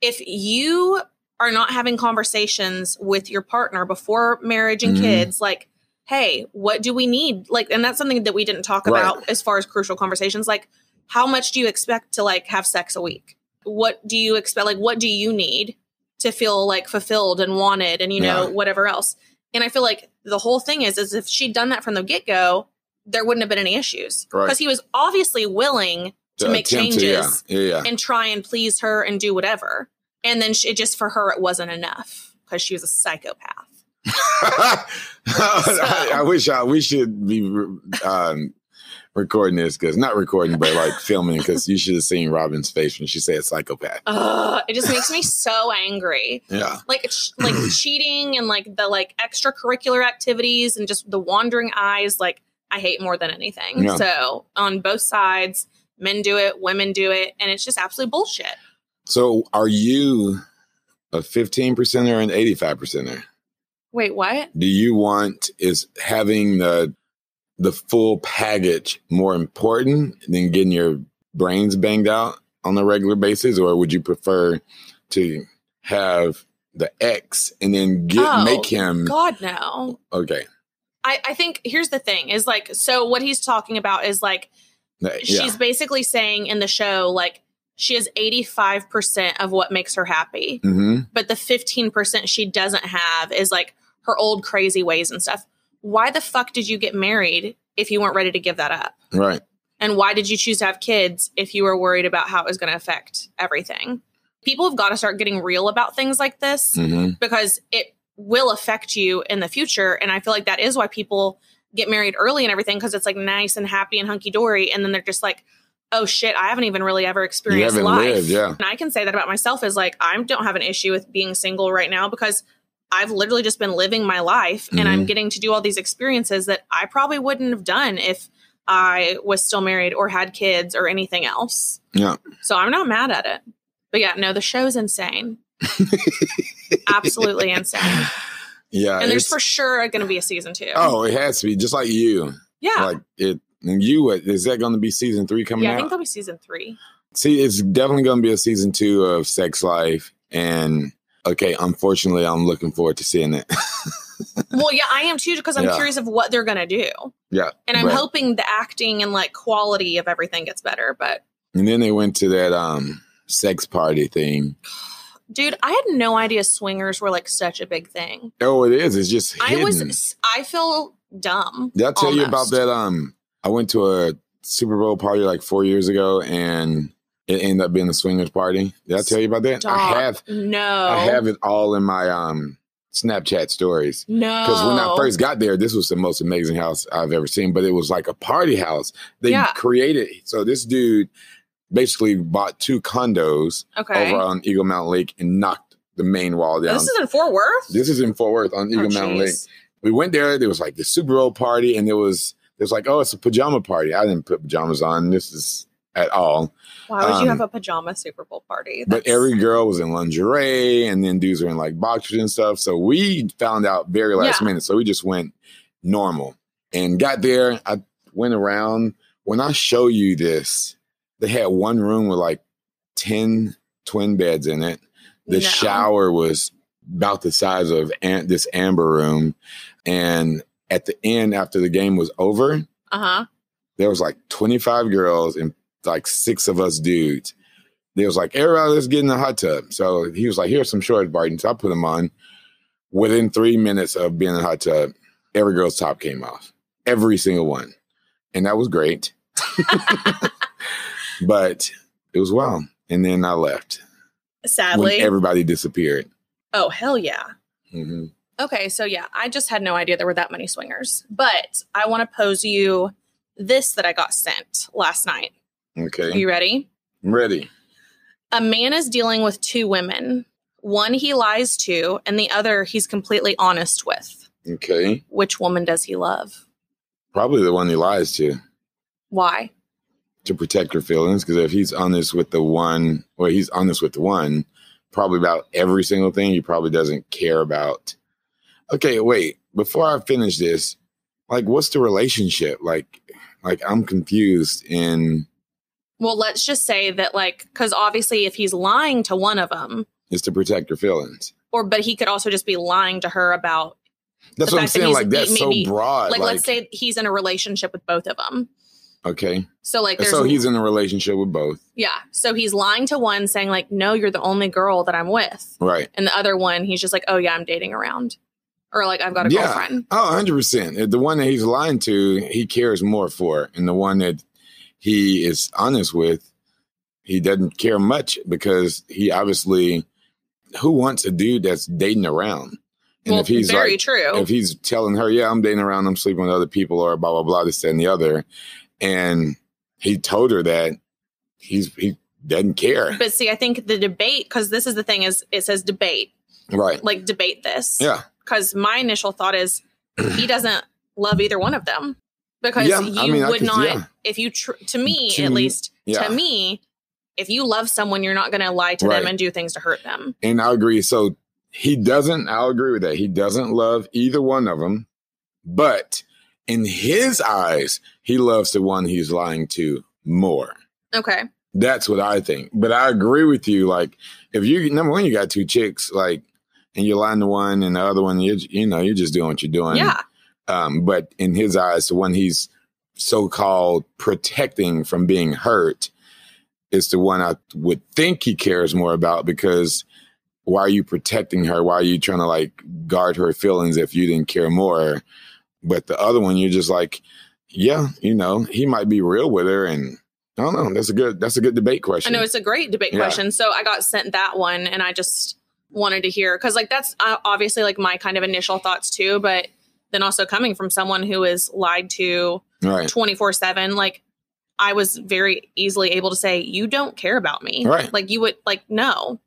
Speaker 3: If you are not having conversations with your partner before marriage and
Speaker 2: Mhm.
Speaker 3: kids, like, hey, what do we need? Like, and that's something that we didn't talk
Speaker 2: Right.
Speaker 3: about as far as crucial conversations. Like, how much do you expect to like have sex a week? What do you expect? Like, what do you need to feel like fulfilled and wanted and, you know,
Speaker 2: Yeah.
Speaker 3: whatever else? And I feel like the whole thing is, is if she'd done that from the get go, there wouldn't have been any issues
Speaker 2: Right.
Speaker 3: because he was obviously willing to make
Speaker 2: attempt
Speaker 3: changes
Speaker 2: yeah, yeah, yeah.
Speaker 3: and try and please her and do whatever. And then she, it just for her, it wasn't enough because she was a psychopath.
Speaker 2: I, I wish I we should be um, recording this because not recording, but like filming because you should have seen Robin's face when she said psychopath.
Speaker 3: Ugh, it just makes me so angry.
Speaker 2: Yeah,
Speaker 3: Like it's like cheating and like the like extracurricular activities and just the wandering eyes. Like I hate more than anything.
Speaker 2: Yeah.
Speaker 3: So on both sides, men do it, women do it, and it's just absolute bullshit.
Speaker 2: so are you a fifteen percenter or an eighty-five percenter?
Speaker 3: Wait, what?
Speaker 2: Do you want is having the the full package more important than getting your brains banged out on a regular basis, or would you prefer to have the X and then get
Speaker 3: Oh,
Speaker 2: make him
Speaker 3: God no.
Speaker 2: okay?
Speaker 3: I, I think here's the thing is like so what he's talking about is like
Speaker 2: Th-
Speaker 3: she's
Speaker 2: Yeah,
Speaker 3: basically saying in the show like she has 85% of what makes her happy
Speaker 2: hmm
Speaker 3: but the 15% she doesn't have is like her old crazy ways and stuff why the fuck did you get married if you weren't ready to give that up
Speaker 2: right.
Speaker 3: and why did you choose to have kids if you were worried about how it was going to affect everything people have got to start getting real about things like this
Speaker 2: hmm
Speaker 3: because it will affect you in the future. And I feel like that is why people get married early and everything because it's like nice and happy and hunky dory. And then they're just like, oh shit, I haven't even really ever experienced
Speaker 2: haven't
Speaker 3: life.
Speaker 2: lived, yeah.
Speaker 3: And I can say that about myself is like I don't have an issue with being single right now because I've literally just been living my life and I'm
Speaker 2: Mhm.
Speaker 3: getting to do all these experiences that I probably wouldn't have done if I was still married or had kids or anything else.
Speaker 2: Yeah.
Speaker 3: So I'm not mad at it. But yeah, no, the show's insane. Absolutely insane.
Speaker 2: Yeah.
Speaker 3: And there's
Speaker 2: it's-
Speaker 3: for sure going to be a season two.
Speaker 2: oh, it has to be just like you.
Speaker 3: yeah.
Speaker 2: Like it. And you, what- is that going to be season three coming
Speaker 3: yeah, I
Speaker 2: out?
Speaker 3: think there'll be season three.
Speaker 2: See, it's definitely going to be a season two of Sex Life. And okay, unfortunately, I'm looking forward to seeing it.
Speaker 3: Well, yeah, I am too because I'm
Speaker 2: Yeah.
Speaker 3: curious of what they're going to do.
Speaker 2: yeah.
Speaker 3: And I'm
Speaker 2: but-
Speaker 3: hoping the acting and like quality of everything gets better. But
Speaker 2: And then they went to that um sex party thing.
Speaker 3: dude, I had no idea swingers were like such a big thing.
Speaker 2: Oh, it is. It's just hidden.
Speaker 3: I was, I feel dumb.
Speaker 2: Did I tell you about
Speaker 3: almost.
Speaker 2: that? Um, I went to a Super Bowl party like four years ago, and it ended up being a swingers party. Did I tell you about that?
Speaker 3: Stop.
Speaker 2: I have,
Speaker 3: No.
Speaker 2: I have it all in my um Snapchat stories.
Speaker 3: No.
Speaker 2: Because when
Speaker 3: Oh,
Speaker 2: I first got there, this was the most amazing house I've ever seen. But it was like a party house. They
Speaker 3: Yeah.
Speaker 2: created so this dude basically bought two condos
Speaker 3: Okay.
Speaker 2: over on Eagle Mountain Lake and knocked the main wall down.
Speaker 3: This is in Fort Worth?
Speaker 2: This is in Fort Worth on Eagle
Speaker 3: Oh,
Speaker 2: Mountain Lake.
Speaker 3: jeez.
Speaker 2: We went there. There was like the Super Bowl party, and there was it was like, oh, it's a pajama party. I didn't put pajamas on. This is at all.
Speaker 3: Why would you
Speaker 2: Um,
Speaker 3: have a pajama Super Bowl party?
Speaker 2: But
Speaker 3: That's-
Speaker 2: every girl was in lingerie, and then dudes were in like boxers and stuff. So we found out very last minute. So we just went normal and got there. I went around. When I show you this, they had one room with like 10 twin beds in it. The
Speaker 3: No.
Speaker 2: shower was about the size of an- this amber room. And at the end, after the game was over,
Speaker 3: Uh-huh.
Speaker 2: there was like 25 girls and like six of us dudes. They was like, everybody, let's get in the hot tub. So he was like, here's some shorts, Barton. So I put them on. Within three minutes of being in the hot tub, every girl's top came off. Every single one. And that was great. but it was wild. And then I left
Speaker 3: Sadly.
Speaker 2: when everybody disappeared.
Speaker 3: oh, hell yeah.
Speaker 2: Mhm.
Speaker 3: Okay, so yeah, I just had no idea there were that many swingers, but I want to pose you this that I got sent last night.
Speaker 2: Okay.
Speaker 3: You ready?
Speaker 2: I'm ready.
Speaker 3: A man is dealing with two women. One he lies to, and the other he's completely honest with.
Speaker 2: Okay.
Speaker 3: Which woman does he love?
Speaker 2: Probably the one he lies to.
Speaker 3: Why?
Speaker 2: to protect her feelings because if he's honest with the one or he's honest with the one probably about every single thing he probably doesn't care about okay wait before i finish this like what's the relationship like like i'm confused in
Speaker 3: Well, let's just say that, like, because obviously, if he's lying to one of them,
Speaker 2: is to protect her feelings
Speaker 3: or but he could also just be lying to her about,
Speaker 2: that's
Speaker 3: The
Speaker 2: what i'm
Speaker 3: fact that
Speaker 2: saying
Speaker 3: he's
Speaker 2: like that's
Speaker 3: beat-
Speaker 2: so
Speaker 3: maybe-
Speaker 2: broad
Speaker 3: like, let's say he's in a relationship with both of them.
Speaker 2: okay
Speaker 3: So, like, there's
Speaker 2: so he's in a relationship with both
Speaker 3: Yeah. So he's lying to one, saying, like, no, you're the only girl that I'm with.
Speaker 2: right
Speaker 3: And the other one, he's just like, oh, yeah, I'm dating around. Or like, I've got a
Speaker 2: Yeah.
Speaker 3: girlfriend.
Speaker 2: Oh, 100%. The one that he's lying to, he cares more for. And the one that he is honest with, he doesn't care much because he obviously, who wants a dude that's dating around? And
Speaker 3: well,
Speaker 2: if he's
Speaker 3: very
Speaker 2: like,
Speaker 3: true.
Speaker 2: if he's telling her, yeah, I'm dating around, I'm sleeping with other people, or blah, blah, blah, this, that, and the other, and he told her that he's, he doesn't care.
Speaker 3: but see, I think the debate, because this is the thing, is it says debate,
Speaker 2: Right.
Speaker 3: like debate this.
Speaker 2: Yeah.
Speaker 3: Because my initial thought is he doesn't love either one of them because
Speaker 2: Yeah, I
Speaker 3: you
Speaker 2: mean, I
Speaker 3: would
Speaker 2: could-
Speaker 3: not,
Speaker 2: yeah.
Speaker 3: if you, tr- to me
Speaker 2: To
Speaker 3: at
Speaker 2: me-
Speaker 3: least,
Speaker 2: Yeah.
Speaker 3: to me, if you love someone, you're not going to lie to them
Speaker 2: Right.
Speaker 3: and do things to hurt them.
Speaker 2: And I agree. So he doesn't, I'll agree with that. He doesn't love either one of them, but in his eyes, he loves the one he's lying to more.
Speaker 3: Okay.
Speaker 2: That's what I think. But I agree with you. Like, if you, number one, you got two chicks, like, and you're lying to one and the other one, you you know, you're just doing what you're doing.
Speaker 3: Yeah.
Speaker 2: Um, but in his eyes, the one he's so called protecting from being hurt is the one I would think he cares more about because why are you protecting her? Why are you trying to like guard her feelings if you didn't care more? But the other one, you're just like, yeah, you know, he might be real with her, and I don't know. That's a good. That's a good debate
Speaker 3: I
Speaker 2: question.
Speaker 3: know it's a great debate
Speaker 2: Yeah.
Speaker 3: question. So I got sent that one, and I just wanted to hear because, like, that's uh, obviously like my kind of initial thoughts too. But then also coming from someone who is lied to
Speaker 2: right.
Speaker 3: twenty four seven, like I was very easily able to say, You don't care about me.
Speaker 2: Right.
Speaker 3: Like you would like, no.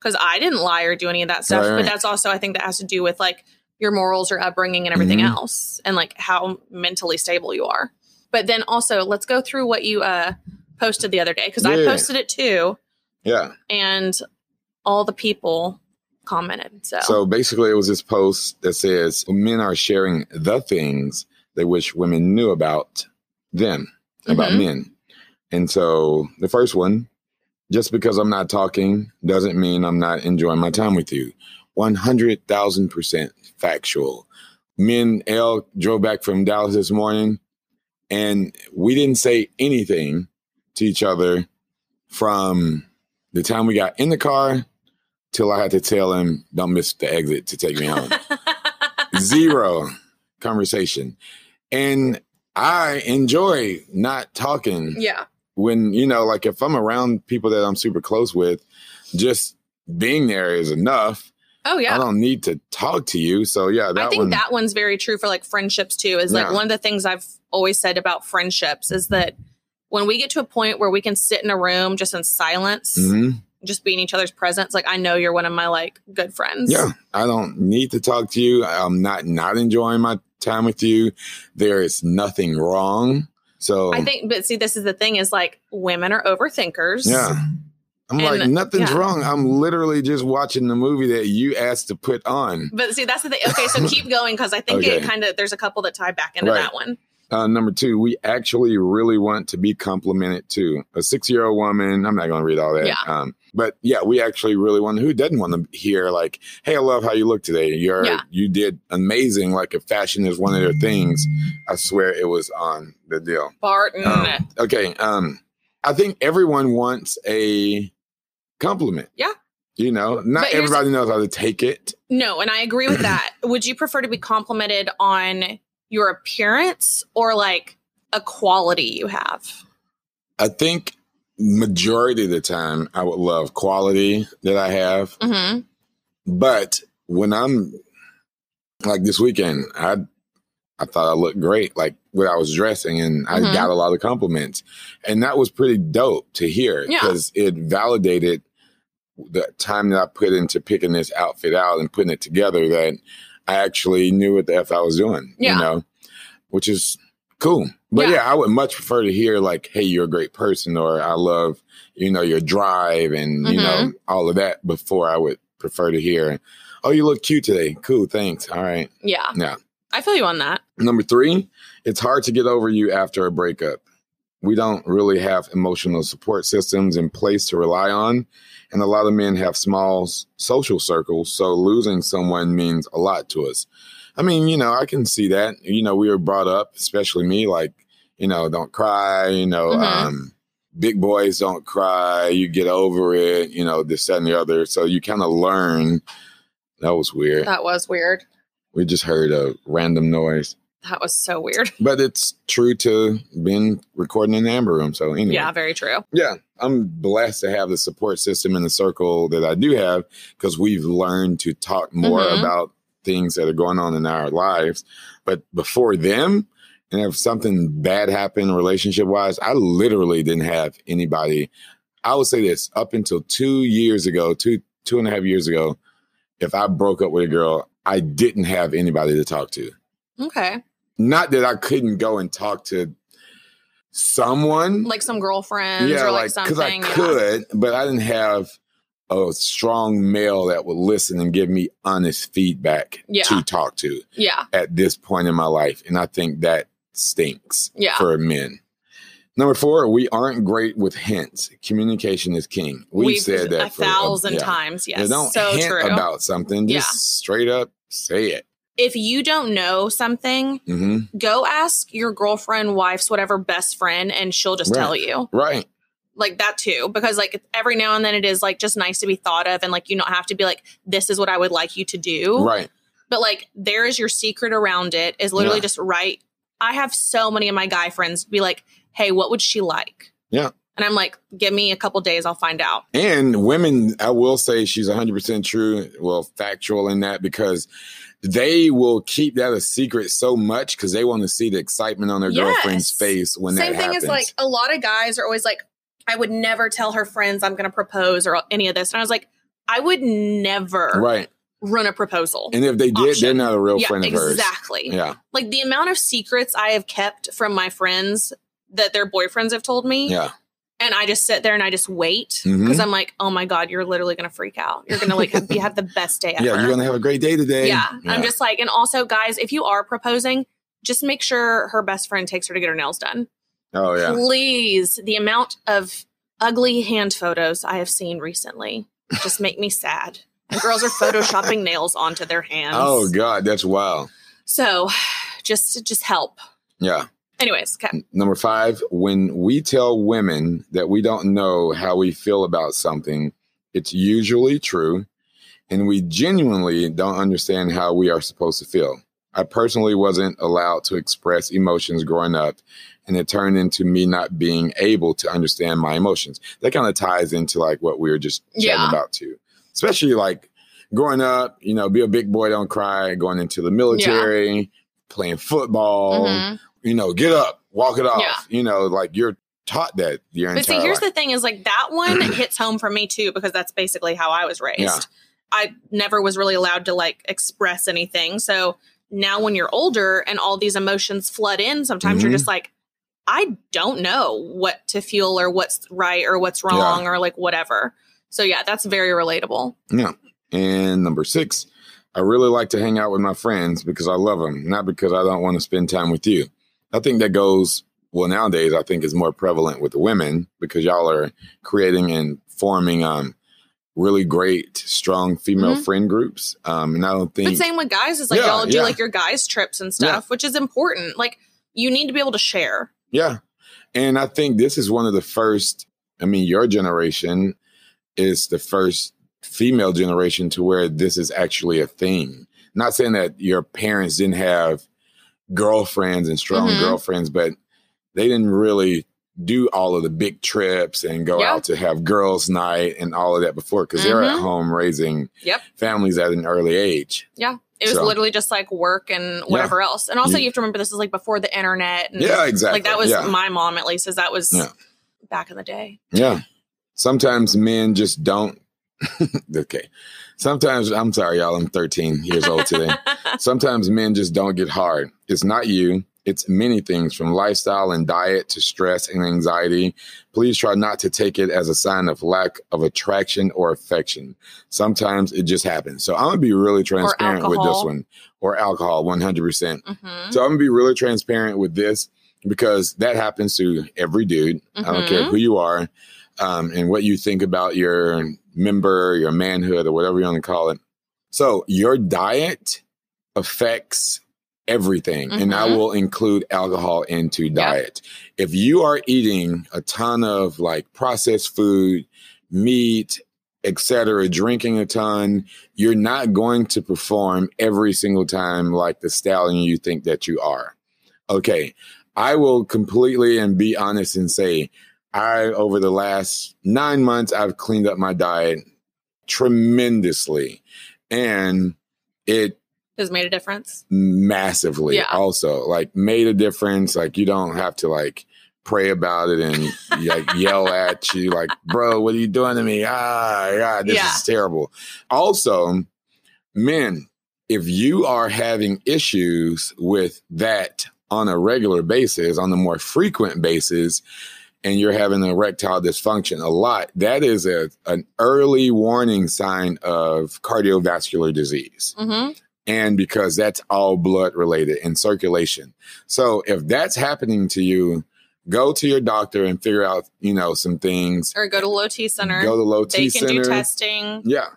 Speaker 3: Cause I didn't lie or do any of that stuff.
Speaker 2: Right, right.
Speaker 3: But that's also I think that has to do with like your morals, your upbringing and everything
Speaker 2: Mhm.
Speaker 3: else and like how mentally stable you are. But then also let's go through what you uh posted the other day because I
Speaker 2: Yeah.
Speaker 3: posted it too
Speaker 2: Yeah.
Speaker 3: and all the people commented. So,
Speaker 2: So basically, it was this post that says men are sharing the things they wish women knew about them, about
Speaker 3: Mhm.
Speaker 2: men. And so the first one, just because I'm not talking doesn't mean I'm not enjoying my time with you. 100,000% factual. Me and L drove back from Dallas this morning and we didn't say anything to each other from the time we got in the car till I had to tell him, don't miss the exit to take me home. Zero conversation. And I enjoy not talking
Speaker 3: yeah.
Speaker 2: when, you know, like if I'm around people that I'm super close with, just being there is enough.
Speaker 3: Oh, yeah.
Speaker 2: I don't need to talk to you. So, yeah, that
Speaker 3: I think
Speaker 2: one.
Speaker 3: that one's very true for like friendships too. Is like
Speaker 2: Yeah.
Speaker 3: one of the things I've always said about friendships is that when we get to a point where we can sit in a room just in silence,
Speaker 2: Mhm.
Speaker 3: just be in each other's presence, like I know you're one of my like good friends.
Speaker 2: Yeah, I don't need to talk to you. I'm not not enjoying my time with you. There is nothing wrong. So
Speaker 3: I think, but see, this is the thing is like women are overthinkers.
Speaker 2: Yeah. I'm
Speaker 3: And-
Speaker 2: like, nothing's
Speaker 3: yeah.
Speaker 2: wrong. I'm literally just watching the movie that you asked to put on.
Speaker 3: But see, that's the thing. Okay, so keep going because I think it
Speaker 2: Okay.
Speaker 3: kind of there's a couple that tie back into
Speaker 2: Right.
Speaker 3: that one.
Speaker 2: Uh, number two, we actually really want to be complimented too. A six year old woman, I'm not going to read all that.
Speaker 3: Yeah.
Speaker 2: Um, but yeah, we actually really want, who doesn't want to hear, like, hey, I love how you look today. You're,
Speaker 3: Yeah.
Speaker 2: you did amazing. Like, if fashion is one of their things, I swear it was on the deal.
Speaker 3: Barton.
Speaker 2: Um, okay. Um, I think everyone wants a compliment.
Speaker 3: Yeah.
Speaker 2: You know, not
Speaker 3: But here's-
Speaker 2: everybody knows how to take it.
Speaker 3: No, and I agree with that. Would you prefer to be complimented on your appearance or like a quality you have?
Speaker 2: I think majority of the time I would love quality that I have,
Speaker 3: hmm
Speaker 2: but when I'm like this weekend, I I thought I looked great, like when I was dressing, and I
Speaker 3: Mhm.
Speaker 2: got a lot of compliments, and that was pretty dope to hear
Speaker 3: Yeah.
Speaker 2: because it validated the time that I put into picking this outfit out and putting it together. That I actually knew what the f I was doing,
Speaker 3: Yeah.
Speaker 2: you know, which is cool. But
Speaker 3: Yeah.
Speaker 2: yeah, I would much prefer to hear like, "Hey, you're a great person," or "I love you know your drive and you know all of that before I would prefer to hear, "Oh, you look cute today. Cool, thanks. All right."
Speaker 3: Yeah.
Speaker 2: Yeah.
Speaker 3: I feel you on that.
Speaker 2: Number 3, it's hard to get over you after a breakup. We don't really have emotional support systems in place to rely on, and a lot of men have small s- social circles, so losing someone means a lot to us. I mean, you know, I can see that. You know, we were brought up, especially me, like, you know, don't cry, you know,
Speaker 3: Mhm.
Speaker 2: um, big boys don't cry, you get over it, you know, this, that, and the other. So you kind of learn. That was weird.
Speaker 3: That was weird.
Speaker 2: We just heard a random noise,
Speaker 3: That was so weird.
Speaker 2: but it's true to being recording in the Amber Room. So, anyway.
Speaker 3: Yeah, very true.
Speaker 2: Yeah, I'm blessed to have the support system in the circle that I do have because we've learned to talk more
Speaker 3: Mhm.
Speaker 2: about things that are going on in our lives. But before them, and if something bad happened relationship wise, I literally didn't have anybody. I would say this up until two years ago, two two and a half years ago, if I broke up with a girl, I didn't have anybody to talk to
Speaker 3: Okay.
Speaker 2: not that I couldn't go and talk to someone.
Speaker 3: Like some girlfriends
Speaker 2: yeah,
Speaker 3: or like,
Speaker 2: like because I
Speaker 3: something. yeah.
Speaker 2: could, but I didn't have a strong male that would listen and give me honest feedback
Speaker 3: Yeah.
Speaker 2: to talk to
Speaker 3: Yeah.
Speaker 2: at this point in my life. And I think that stinks
Speaker 3: Yeah.
Speaker 2: for men. Number four, we aren't great with hints. Communication is king. We've, said that
Speaker 3: a
Speaker 2: for um,
Speaker 3: thousand
Speaker 2: yeah.
Speaker 3: times.
Speaker 2: Yeah,
Speaker 3: Yes.
Speaker 2: don't
Speaker 3: so
Speaker 2: hint
Speaker 3: true.
Speaker 2: about something. Just
Speaker 3: Yeah.
Speaker 2: straight up say it.
Speaker 3: if you don't know something,
Speaker 2: hmm
Speaker 3: go ask your girlfriend, wife's, whatever best friend, and she'll just
Speaker 2: Right.
Speaker 3: tell you.
Speaker 2: Right.
Speaker 3: like that too because like every now and then it is like just nice to be thought of and like you don't have to be like this is what i would like you to do
Speaker 2: Right.
Speaker 3: but like there is your secret around it is literally
Speaker 2: Yeah.
Speaker 3: just right i have so many of my guy friends be like hey what would she like
Speaker 2: Yeah.
Speaker 3: and i'm like give me a couple days i'll find out
Speaker 2: And women, I will say she's 100% true, well, factual in that because they will keep that a secret so much because they want to see the excitement on their
Speaker 3: Yes.
Speaker 2: girlfriend's face when
Speaker 3: Same
Speaker 2: that
Speaker 3: thing
Speaker 2: happens.
Speaker 3: is like a lot of guys are always like, I would never tell her friends I'm going to propose or any of this. And I was like, I would never
Speaker 2: right,
Speaker 3: run a proposal.
Speaker 2: and if they did, they're
Speaker 3: Option.
Speaker 2: not a real
Speaker 3: yeah,
Speaker 2: friend of hers.
Speaker 3: exactly.
Speaker 2: Yeah,
Speaker 3: Like the amount of secrets I have kept from my friends that their boyfriends have told me.
Speaker 2: yeah,
Speaker 3: And I just sit there and I just wait because
Speaker 2: Mhm.
Speaker 3: I'm like, oh my God, you're literally going to freak out. You're going to like have, you have the best day ever.
Speaker 2: yeah. You're gonna have a great day today.
Speaker 3: yeah. I'm just like, and also, guys, if you are proposing, just make sure her best friend takes her to get her nails done.
Speaker 2: Oh yeah.
Speaker 3: Please, the amount of ugly hand photos I have seen recently just make me sad. And girls are photoshopping nails onto their hands.
Speaker 2: Oh god, that's wild.
Speaker 3: so just just help.
Speaker 2: Yeah.
Speaker 3: Anyways, okay.
Speaker 2: Number five, when we tell women that we don't know how we feel about something, it's usually true, and we genuinely don't understand how we are supposed to feel. I personally wasn't allowed to express emotions growing up, and it turned into me not being able to understand my emotions. That kind of ties into like what we were just chatting
Speaker 3: Yeah.
Speaker 2: about too, especially like growing up. You know, be a big boy, don't cry. Going into the military, playing football
Speaker 3: Mhm.
Speaker 2: you know, get up, walk it off.
Speaker 3: Yeah.
Speaker 2: You know, like you're taught that your
Speaker 3: But see,
Speaker 2: entire
Speaker 3: here's
Speaker 2: life.
Speaker 3: the thing: is like that one hits home for me too because that's basically how I was raised.
Speaker 2: Yeah.
Speaker 3: I never was really allowed to like express anything. So now, when you're older and all these emotions flood in, sometimes
Speaker 2: Mhm.
Speaker 3: you're just like, I don't know what to feel or what's right or what's wrong or like whatever. So yeah, that's very relatable.
Speaker 2: and number six, I really like to hang out with my friends because I love them, not because I don't want to spend time with you. I think that goes well nowadays. I think is more prevalent with the women because y'all are creating and forming um really great, strong female
Speaker 3: Mhm.
Speaker 2: friend groups. Um, and I don't think
Speaker 3: But same with guys is like
Speaker 2: Yeah,
Speaker 3: y'all do
Speaker 2: yeah.
Speaker 3: like your guys trips and stuff, which is important. Like you need to be able to share.
Speaker 2: Yeah. And I think this is one of the first, I mean, your generation is the first female generation to where this is actually a thing. Not saying that your parents didn't have girlfriends and strong
Speaker 3: Mhm.
Speaker 2: girlfriends, but they didn't really do all of the big trips and go
Speaker 3: Yeah.
Speaker 2: out to have girls' night and all of that before because they were at
Speaker 3: Mhm.
Speaker 2: home raising
Speaker 3: Yep.
Speaker 2: families at an early age.
Speaker 3: It was
Speaker 2: So-
Speaker 3: literally just like work and whatever else. And also,
Speaker 2: You-
Speaker 3: you have to remember this is like before the internet. And
Speaker 2: Yeah, exactly.
Speaker 3: Like that was
Speaker 2: yeah.
Speaker 3: my mom, at least, as that was
Speaker 2: Yeah.
Speaker 3: back in the day.
Speaker 2: Yeah. Sometimes men just don't. okay. Sometimes, I'm sorry, y'all, I'm 13 years old today. Sometimes men just don't get hard. It's not you, it's many things from lifestyle and diet to stress and anxiety. Please try not to take it as a sign of lack of attraction or affection. Sometimes it just happens. So I'm going to be really transparent with this
Speaker 3: alcohol.
Speaker 2: one or alcohol 100%.
Speaker 3: Mhm.
Speaker 2: So I'm gonna be really transparent with this because that happens to every dude. I don't care
Speaker 3: Mhm.
Speaker 2: who you are um, and what you think about your member, your manhood, or whatever you want to call it. So your diet affects everything, and I
Speaker 3: Mhm.
Speaker 2: will include alcohol into diet. If you are eating a ton of like processed food, meat, etc., drinking a ton, you're not going to perform every single time like the stallion you think that you are. Okay. I will completely and be honest and say, I, over the last nine months, I've cleaned up my diet tremendously and it
Speaker 3: Has made a difference.
Speaker 2: massively
Speaker 3: Yeah.
Speaker 2: also like made a difference. Like you don't have to like pray about it and like yell at you like, bro, what are you doing to me? Ah, God, this
Speaker 3: Yeah.
Speaker 2: is terrible. Also, men, if you are having issues with that on a regular basis, on a more frequent basis, and you're having erectile dysfunction a lot, that is a, an early warning sign of cardiovascular disease
Speaker 3: hmm
Speaker 2: and because that's all blood related and circulation. So if that's happening to you, go to your doctor and figure out, you know, some things.
Speaker 3: Or go to Low T Center.
Speaker 2: Go to low
Speaker 3: they
Speaker 2: T
Speaker 3: can
Speaker 2: center.
Speaker 3: do testing.
Speaker 2: Yeah.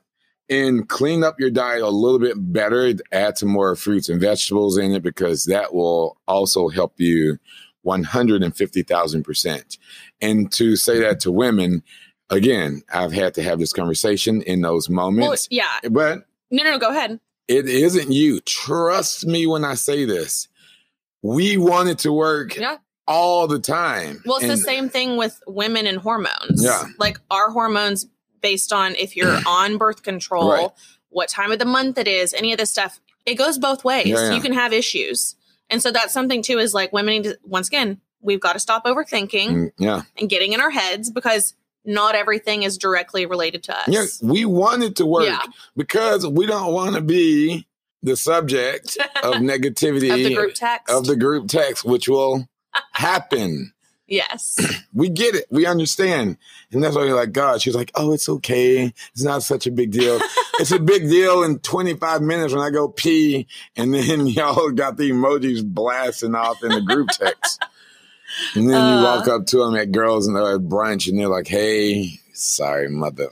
Speaker 2: And clean up your diet a little bit better. Add some more fruits and vegetables in it because that will also help you 150,000%. And to say that to women, again, I've had to have this conversation in those
Speaker 3: Well,
Speaker 2: moments.
Speaker 3: yeah.
Speaker 2: but
Speaker 3: No, no, no. Go ahead.
Speaker 2: it isn't you. Trust me when I say this. We want it to work
Speaker 3: Yeah.
Speaker 2: all the time.
Speaker 3: Well, it's the
Speaker 2: And-
Speaker 3: same thing with women and hormones.
Speaker 2: Yeah.
Speaker 3: Like our hormones based on if you're on birth control,
Speaker 2: Right.
Speaker 3: what time of the month it is, any of this stuff. it goes both ways.
Speaker 2: Yeah, yeah.
Speaker 3: You can have issues. And so that's something too is like women need to, once again, we've got to stop overthinking
Speaker 2: Mm, Yeah.
Speaker 3: and getting in our heads because not everything is directly related to us.
Speaker 2: Yeah, we want it to work
Speaker 3: Yeah.
Speaker 2: because we don't want to be the subject of negativity
Speaker 3: Of the group text.
Speaker 2: of the group text, which will happen.
Speaker 3: yes.
Speaker 2: We get it. We understand. And that's why you're like, God, she's like, oh, it's okay. It's not such a big deal. it's a big deal in 25 minutes when I go pee. And then y'all got the emojis blasting off in the group text. And then
Speaker 3: Uh.
Speaker 2: you walk up to them at girls and they're at brunch and they're like, hey, sorry, mother.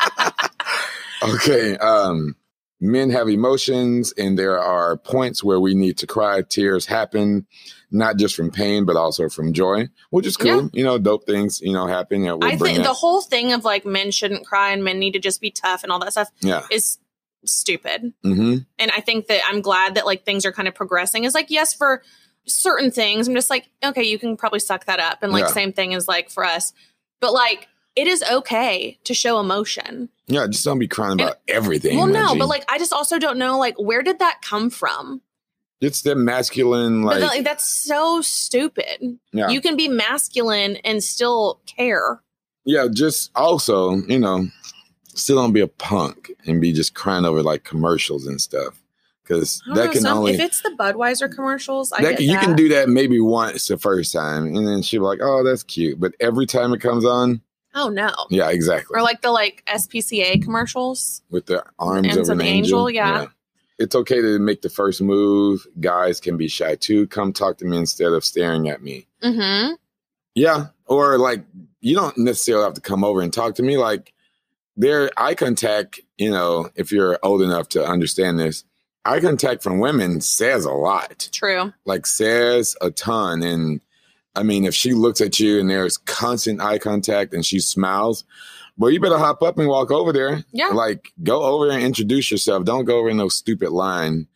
Speaker 2: okay. Um, men have emotions and there are points where we need to cry tears happen not just from pain but also from joy which is cool you know dope things you know happen yeah, we'll
Speaker 3: I
Speaker 2: bring
Speaker 3: think the
Speaker 2: that-
Speaker 3: whole thing of like men shouldn't cry and men need to just be tough and all that stuff
Speaker 2: yeah
Speaker 3: is stupid.
Speaker 2: hmm
Speaker 3: And I think that I'm glad that like things are kind of progressing. It's like, yes, for certain things, I'm just like, okay, you can probably suck that up. And like,
Speaker 2: Yeah.
Speaker 3: same thing is like for us. But like, it is okay to show emotion.
Speaker 2: yeah just don't be crying about everything
Speaker 3: well, no,
Speaker 2: Reggie.
Speaker 3: but like, I just also don't know, like, where did that come from?
Speaker 2: it's the masculine
Speaker 3: But
Speaker 2: like,
Speaker 3: then, like, that's so stupid.
Speaker 2: yeah
Speaker 3: You can be masculine and still care.
Speaker 2: yeah just also you know still don't be a punk and be just crying over like commercials and stuff because
Speaker 3: I don't
Speaker 2: that
Speaker 3: know,
Speaker 2: can
Speaker 3: some-
Speaker 2: only
Speaker 3: if it's the Budweiser commercials, I
Speaker 2: that,
Speaker 3: get
Speaker 2: can- you
Speaker 3: that.
Speaker 2: can do that maybe once the first time and then she'll be like oh that's cute but every time it comes on
Speaker 3: Oh no.
Speaker 2: yeah exactly
Speaker 3: Or like the like SPCA commercials.
Speaker 2: with the arms
Speaker 3: Arms
Speaker 2: of an, angel.
Speaker 3: yeah.
Speaker 2: It's okay to make the first move. Guys can be shy too. Come talk to me instead of staring at me.
Speaker 3: Mm-hmm.
Speaker 2: Yeah. Or like, you don't necessarily have to come over and talk to me. Like, their eye contact, you know, if you're old enough to understand this, eye contact from women says a lot,
Speaker 3: True.
Speaker 2: like, says a ton. And I mean, if she looks at you and there's constant eye contact and she smiles, well, you better hop up and walk over there
Speaker 3: Yeah.
Speaker 2: like go over and introduce yourself. Don't go over no stupid line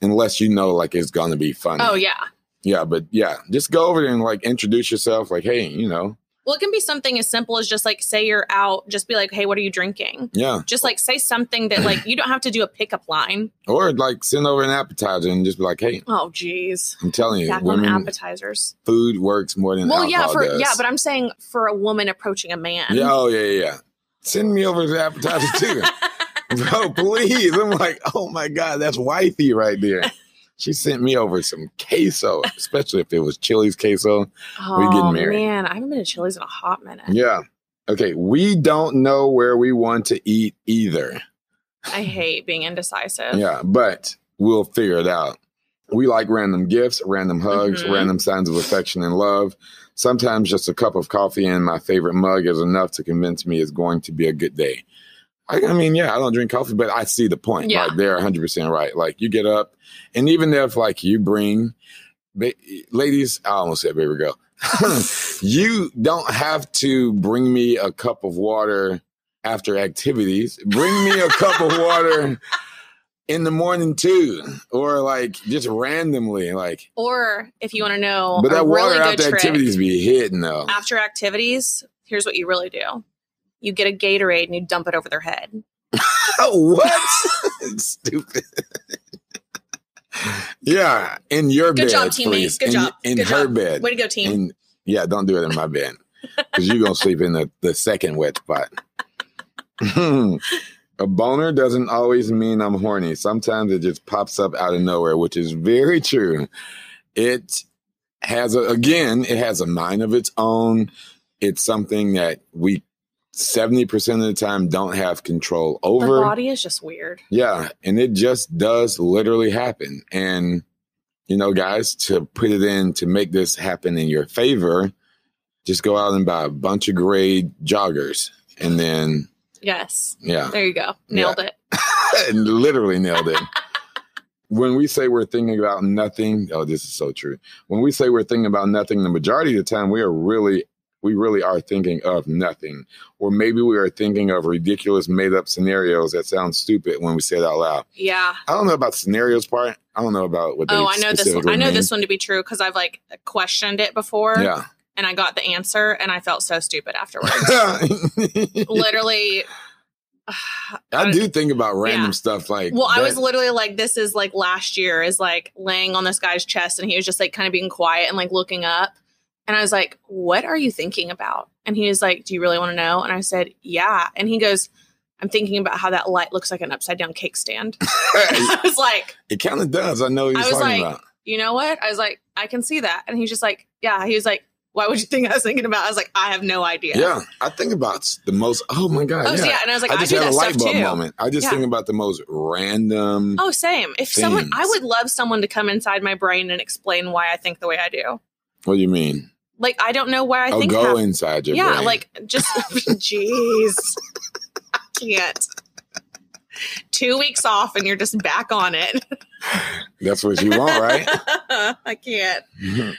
Speaker 2: unless you know like it's gonna be funny.
Speaker 3: Oh yeah.
Speaker 2: yeah, but yeah, just go over there and like introduce yourself. Like, hey, you know,
Speaker 3: Well, it can be something as simple as just like say you're out, just be like, hey, what are you drinking?
Speaker 2: yeah,
Speaker 3: Just like say something that like you don't have to do a pickup line.
Speaker 2: or like send over an appetizer and just be like, hey,
Speaker 3: Oh geez.
Speaker 2: I'm telling you,
Speaker 3: Back on
Speaker 2: women
Speaker 3: appetizers.
Speaker 2: food works more than
Speaker 3: Well, yeah,
Speaker 2: alcohol
Speaker 3: for
Speaker 2: does.
Speaker 3: yeah, but I'm saying for a woman approaching a man.
Speaker 2: yeah, oh yeah, yeah, yeah. Send me over the appetizer too, bro. Please, I'm like, oh my god, that's wifey right there. She sent me over some queso, especially if it was Chili's queso.
Speaker 3: Oh,
Speaker 2: We getting married.
Speaker 3: Man, I haven't been to Chili's in a hot minute.
Speaker 2: Yeah. Okay. We don't know where we want to eat either.
Speaker 3: I hate being indecisive.
Speaker 2: Yeah. But we'll figure it out. We like random gifts, random hugs,
Speaker 3: Mhm.
Speaker 2: random signs of affection and love. Sometimes just a cup of coffee and my favorite mug is enough to convince me it's going to be a good day. I, I mean, yeah, I don't drink coffee, but I see the point.
Speaker 3: Yeah.
Speaker 2: Like they're 100% right. Like you get up, and even if like you bring, ba- ladies, I almost said baby girl, you don't have to bring me a cup of water after activities. Bring me a cup of water in the morning too, or like just randomly. Like,
Speaker 3: Or if you want to know,
Speaker 2: but
Speaker 3: a
Speaker 2: that water
Speaker 3: really good
Speaker 2: after
Speaker 3: trick,
Speaker 2: activities be hitting though.
Speaker 3: after activities, here's what you really do: you get a Gatorade and you dump it over their head.
Speaker 2: what? Stupid. yeah, in your
Speaker 3: Good
Speaker 2: bed,
Speaker 3: job, teammate.
Speaker 2: please.
Speaker 3: Good
Speaker 2: in,
Speaker 3: job.
Speaker 2: In
Speaker 3: Good
Speaker 2: her
Speaker 3: job.
Speaker 2: bed.
Speaker 3: Way to go, team!
Speaker 2: And yeah, don't do it in my bed because you're gonna sleep in the, the second wet spot. a boner doesn't always mean I'm horny. Sometimes it just pops up out of nowhere, which is very true. It has a, again, it has a mind of its own. It's something that we 70% of the time don't have control
Speaker 3: the
Speaker 2: over.
Speaker 3: body is just weird.
Speaker 2: Yeah, and it just does literally happen. And you know, guys, to put it in to make this happen in your favor, just go out and buy a bunch of gray joggers, and then
Speaker 3: Yes,
Speaker 2: yeah,
Speaker 3: there you go, nailed it.
Speaker 2: and literally nailed it. when we say we're thinking about nothing, oh, this is so true. When we say we're thinking about nothing, the majority of the time we are really we really are thinking of nothing. Or maybe we are thinking of ridiculous made up scenarios that sound stupid when we say it out loud.
Speaker 3: Yeah.
Speaker 2: I don't know about the scenarios part. I don't know about what. They
Speaker 3: Oh, I know this. One.
Speaker 2: specifically
Speaker 3: I know
Speaker 2: mean.
Speaker 3: this one to be true because I've like questioned it before,
Speaker 2: Yeah.
Speaker 3: and I got the answer, and I felt so stupid afterwards. Literally,
Speaker 2: I do think about random stuff like
Speaker 3: Uh, Well, I
Speaker 2: that-
Speaker 3: was literally like, this is like last year is like laying on this guy's chest and he was just like kind of being quiet and like looking up. And I was like, what are you thinking about? And he was like, do you really want to know? And I said, yeah. And he goes, I'm thinking about how that light looks like an upside down cake stand. I was like,
Speaker 2: it kind of does. I know what
Speaker 3: I
Speaker 2: he's
Speaker 3: was
Speaker 2: talking
Speaker 3: like-
Speaker 2: about.
Speaker 3: you know what? I was like, I can see that. And he's just like, yeah. He was like, why would you think I was thinking about? it?" I was like, I have no idea.
Speaker 2: Yeah. I think about the most. Oh my god!
Speaker 3: Oh, so
Speaker 2: yeah.
Speaker 3: yeah. And I was like,
Speaker 2: I
Speaker 3: I,
Speaker 2: just
Speaker 3: do
Speaker 2: had a
Speaker 3: that
Speaker 2: light
Speaker 3: stuff
Speaker 2: bulb
Speaker 3: too.
Speaker 2: moment. I just
Speaker 3: Yeah.
Speaker 2: think about the most random.
Speaker 3: Oh, same. If someone, I
Speaker 2: Things.
Speaker 3: would love someone to come inside my brain and explain why I think the way I do.
Speaker 2: What do you mean?
Speaker 3: Like, I don't know why I
Speaker 2: oh,
Speaker 3: think
Speaker 2: go
Speaker 3: half-
Speaker 2: inside your
Speaker 3: yeah,
Speaker 2: brain.
Speaker 3: like just jeez. I can't. Two weeks off and you're just back on it.
Speaker 2: that's what you want, right?
Speaker 3: I can't.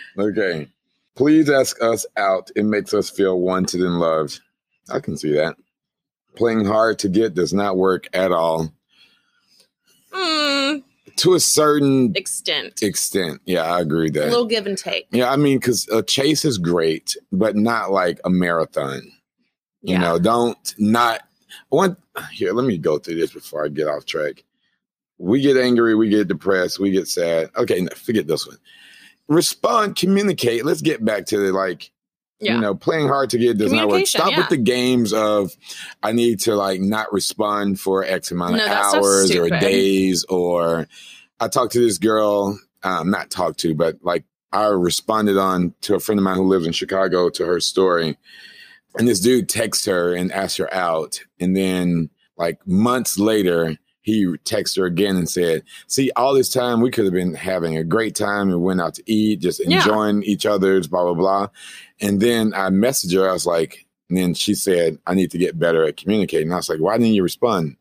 Speaker 2: okay. Please ask us out. It makes us feel wanted and loved. I can see that. Playing hard to get does not work at all.
Speaker 3: Mm,
Speaker 2: To a certain
Speaker 3: extent.
Speaker 2: extent. Yeah, I agree with
Speaker 3: A
Speaker 2: that.
Speaker 3: little give and take.
Speaker 2: yeah, I mean, because a chase is great, but not like a marathon. You
Speaker 3: Yeah.
Speaker 2: know, don't not one here, let me go through this before I get off track. We get angry, we get depressed, we get sad. Okay, no, forget this one. Respond, communicate. Let's get back to the like
Speaker 3: Yeah.
Speaker 2: you know, playing hard to get does not work.
Speaker 3: Communication,
Speaker 2: Stop
Speaker 3: yeah.
Speaker 2: with the games of I need to like not respond for X amount
Speaker 3: No,
Speaker 2: of
Speaker 3: that stuff's
Speaker 2: hours or
Speaker 3: stupid.
Speaker 2: days or I talked to this girl, um, not talked to, but like I responded on to a friend of mine who lives in Chicago to her story. And this dude texts her and asks her out. And then like months later, he texts her again and said, See, all this time we could have been having a great time and went out to eat, just
Speaker 3: Yeah.
Speaker 2: enjoying each other's blah, blah, blah. And then I messaged her. I was like, and then she said, I need to get better at communicating. I was like, why didn't you respond?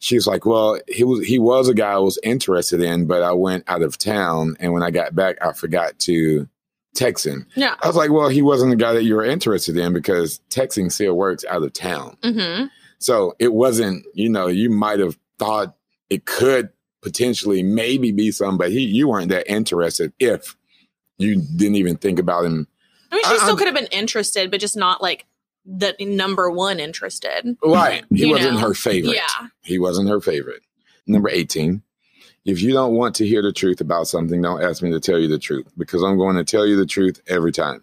Speaker 2: She was like, well, he was he was a guy I was interested in, but I went out of town, and when I got back, I forgot to text him.
Speaker 3: Yeah.
Speaker 2: I was like, well, he wasn't the guy that you were interested in because texting still works out of town.
Speaker 3: Mm-hmm.
Speaker 2: So it wasn't, you know, you might have thought it could potentially maybe be some, but he you weren't that interested if you didn't even think about him
Speaker 3: I mean, she
Speaker 2: I-
Speaker 3: still
Speaker 2: I-
Speaker 3: could have been interested, but just not like the number one interested.
Speaker 2: Right. He
Speaker 3: You
Speaker 2: wasn't
Speaker 3: know.
Speaker 2: her favorite.
Speaker 3: Yeah.
Speaker 2: He wasn't her favorite. Number 18. If you don't want to hear the truth about something, don't ask me to tell you the truth because I'm going to tell you the truth every time.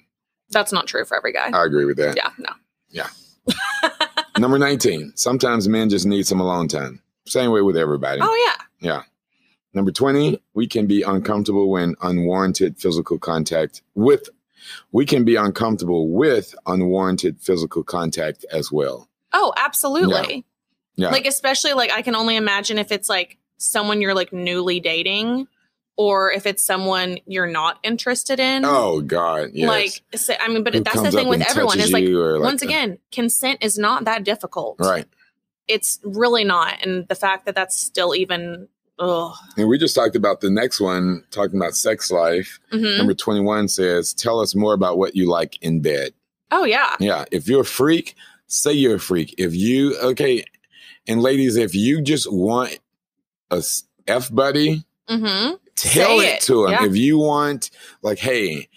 Speaker 3: That's not true for every guy.
Speaker 2: I agree with that.
Speaker 3: yeah. No.
Speaker 2: Number 19. Sometimes men just need some alone time. Same way with everybody.
Speaker 3: Oh, yeah.
Speaker 2: Number 20, we can be uncomfortable when unwarranted physical contact with we can be uncomfortable with unwarranted physical contact as well.
Speaker 3: Oh, absolutely.
Speaker 2: Yeah.
Speaker 3: Like especially like I can only imagine if it's like someone you're like newly dating or if it's someone you're not interested in.
Speaker 2: Oh God. Yes.
Speaker 3: Like so, I mean, but
Speaker 2: Who
Speaker 3: that's the
Speaker 2: comes
Speaker 3: thing
Speaker 2: up
Speaker 3: with
Speaker 2: and
Speaker 3: everyone
Speaker 2: touches
Speaker 3: is like,
Speaker 2: you or,
Speaker 3: once
Speaker 2: uh,
Speaker 3: again, consent is not that difficult.
Speaker 2: Right.
Speaker 3: It's really not. And the fact that that's still even ugh.
Speaker 2: And we just talked about the next one, talking about sex life.
Speaker 3: Mhm.
Speaker 2: Number 21 says, Tell us more about what you like in bed.
Speaker 3: Oh yeah.
Speaker 2: Yeah. If you're a freak, say you're a freak. If you, okay. And ladies, if you just want a s- F buddy,
Speaker 3: Mm-hmm.
Speaker 2: tell
Speaker 3: Say
Speaker 2: it.
Speaker 3: it.
Speaker 2: to him.
Speaker 3: Yeah.
Speaker 2: If you want, like, hey,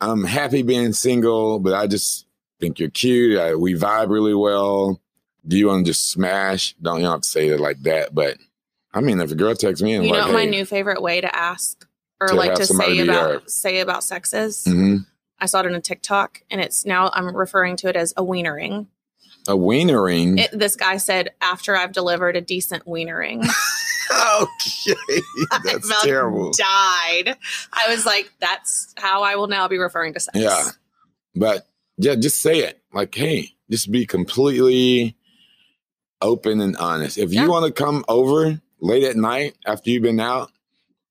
Speaker 2: I'm happy being single, but I just think you're cute. I, we vibe really well. Do you want to just smash? Don't you don't have to say it like that, but I mean, if a girl texts me and
Speaker 3: You know
Speaker 2: like,
Speaker 3: what my
Speaker 2: hey,
Speaker 3: new favorite way to ask or
Speaker 2: To
Speaker 3: like
Speaker 2: have
Speaker 3: to
Speaker 2: somebody
Speaker 3: say
Speaker 2: be
Speaker 3: about
Speaker 2: your-
Speaker 3: say about sex is
Speaker 2: mhm.
Speaker 3: I saw it in a TikTok and it's now I'm referring to it as a wienering.
Speaker 2: A wienering.
Speaker 3: It, this guy said, after I've delivered a decent wienering,
Speaker 2: okay,
Speaker 3: I
Speaker 2: that's
Speaker 3: about
Speaker 2: terrible.
Speaker 3: died. I was like, that's how I will now be referring to sex.
Speaker 2: Yeah, but yeah, just say it. Like, hey, just be completely open and honest. If
Speaker 3: Yeah.
Speaker 2: you want to come over late at night after you've been out,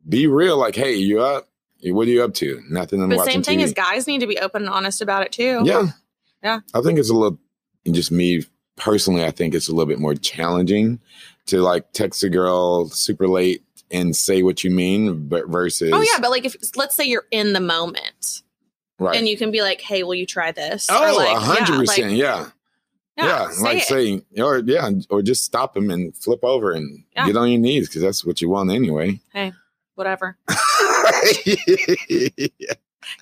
Speaker 2: be real. Like, hey, you up? What are you up to? Nothing. I'm
Speaker 3: But
Speaker 2: watching
Speaker 3: same thing
Speaker 2: TV.
Speaker 3: is guys need to be open and honest about it too.
Speaker 2: Yeah,
Speaker 3: Yeah.
Speaker 2: I think it's a little. and Just me personally, I think it's a little bit more challenging to like text a girl super late and say what you mean, but versus
Speaker 3: Oh yeah, but like if let's say you're in the moment
Speaker 2: right.
Speaker 3: and you can be like, "Hey, will you try this?"
Speaker 2: Oh,
Speaker 3: like,
Speaker 2: a hundred
Speaker 3: yeah, like-
Speaker 2: percent. Yeah, yeah.
Speaker 3: say
Speaker 2: like
Speaker 3: it.
Speaker 2: saying, or yeah, or just stop him and flip over and
Speaker 3: Yeah.
Speaker 2: get on your knees because that's what you want anyway.
Speaker 3: whatever.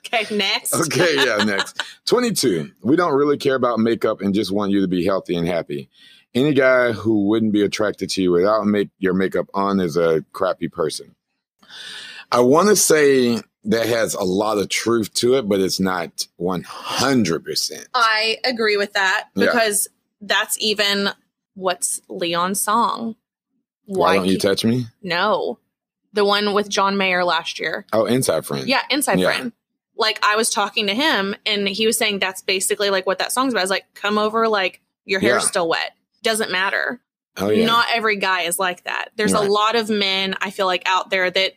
Speaker 3: Okay, next.
Speaker 2: Okay, yeah, next. 22. We don't really care about makeup and just want you to be healthy and happy. Any guy who wouldn't be attracted to you without make your makeup on is a crappy person. I want to say that has a lot of truth to it, but it's not 100%.
Speaker 3: I agree with that
Speaker 2: Yeah.
Speaker 3: because that's even what's Leon's song.
Speaker 2: Why don't you
Speaker 3: can't-
Speaker 2: touch me?
Speaker 3: no, the one with John Mayer last year.
Speaker 2: Oh, inside friend.
Speaker 3: Yeah, inside
Speaker 2: Yeah.
Speaker 3: friend. Like I was talking to him, and he was saying that's basically like what that song's about. I was like, come over, like your hair's
Speaker 2: Yeah.
Speaker 3: still wet. Doesn't matter.
Speaker 2: Oh, yeah.
Speaker 3: Not every guy is like that. There's
Speaker 2: Right.
Speaker 3: a lot of men I feel like out there that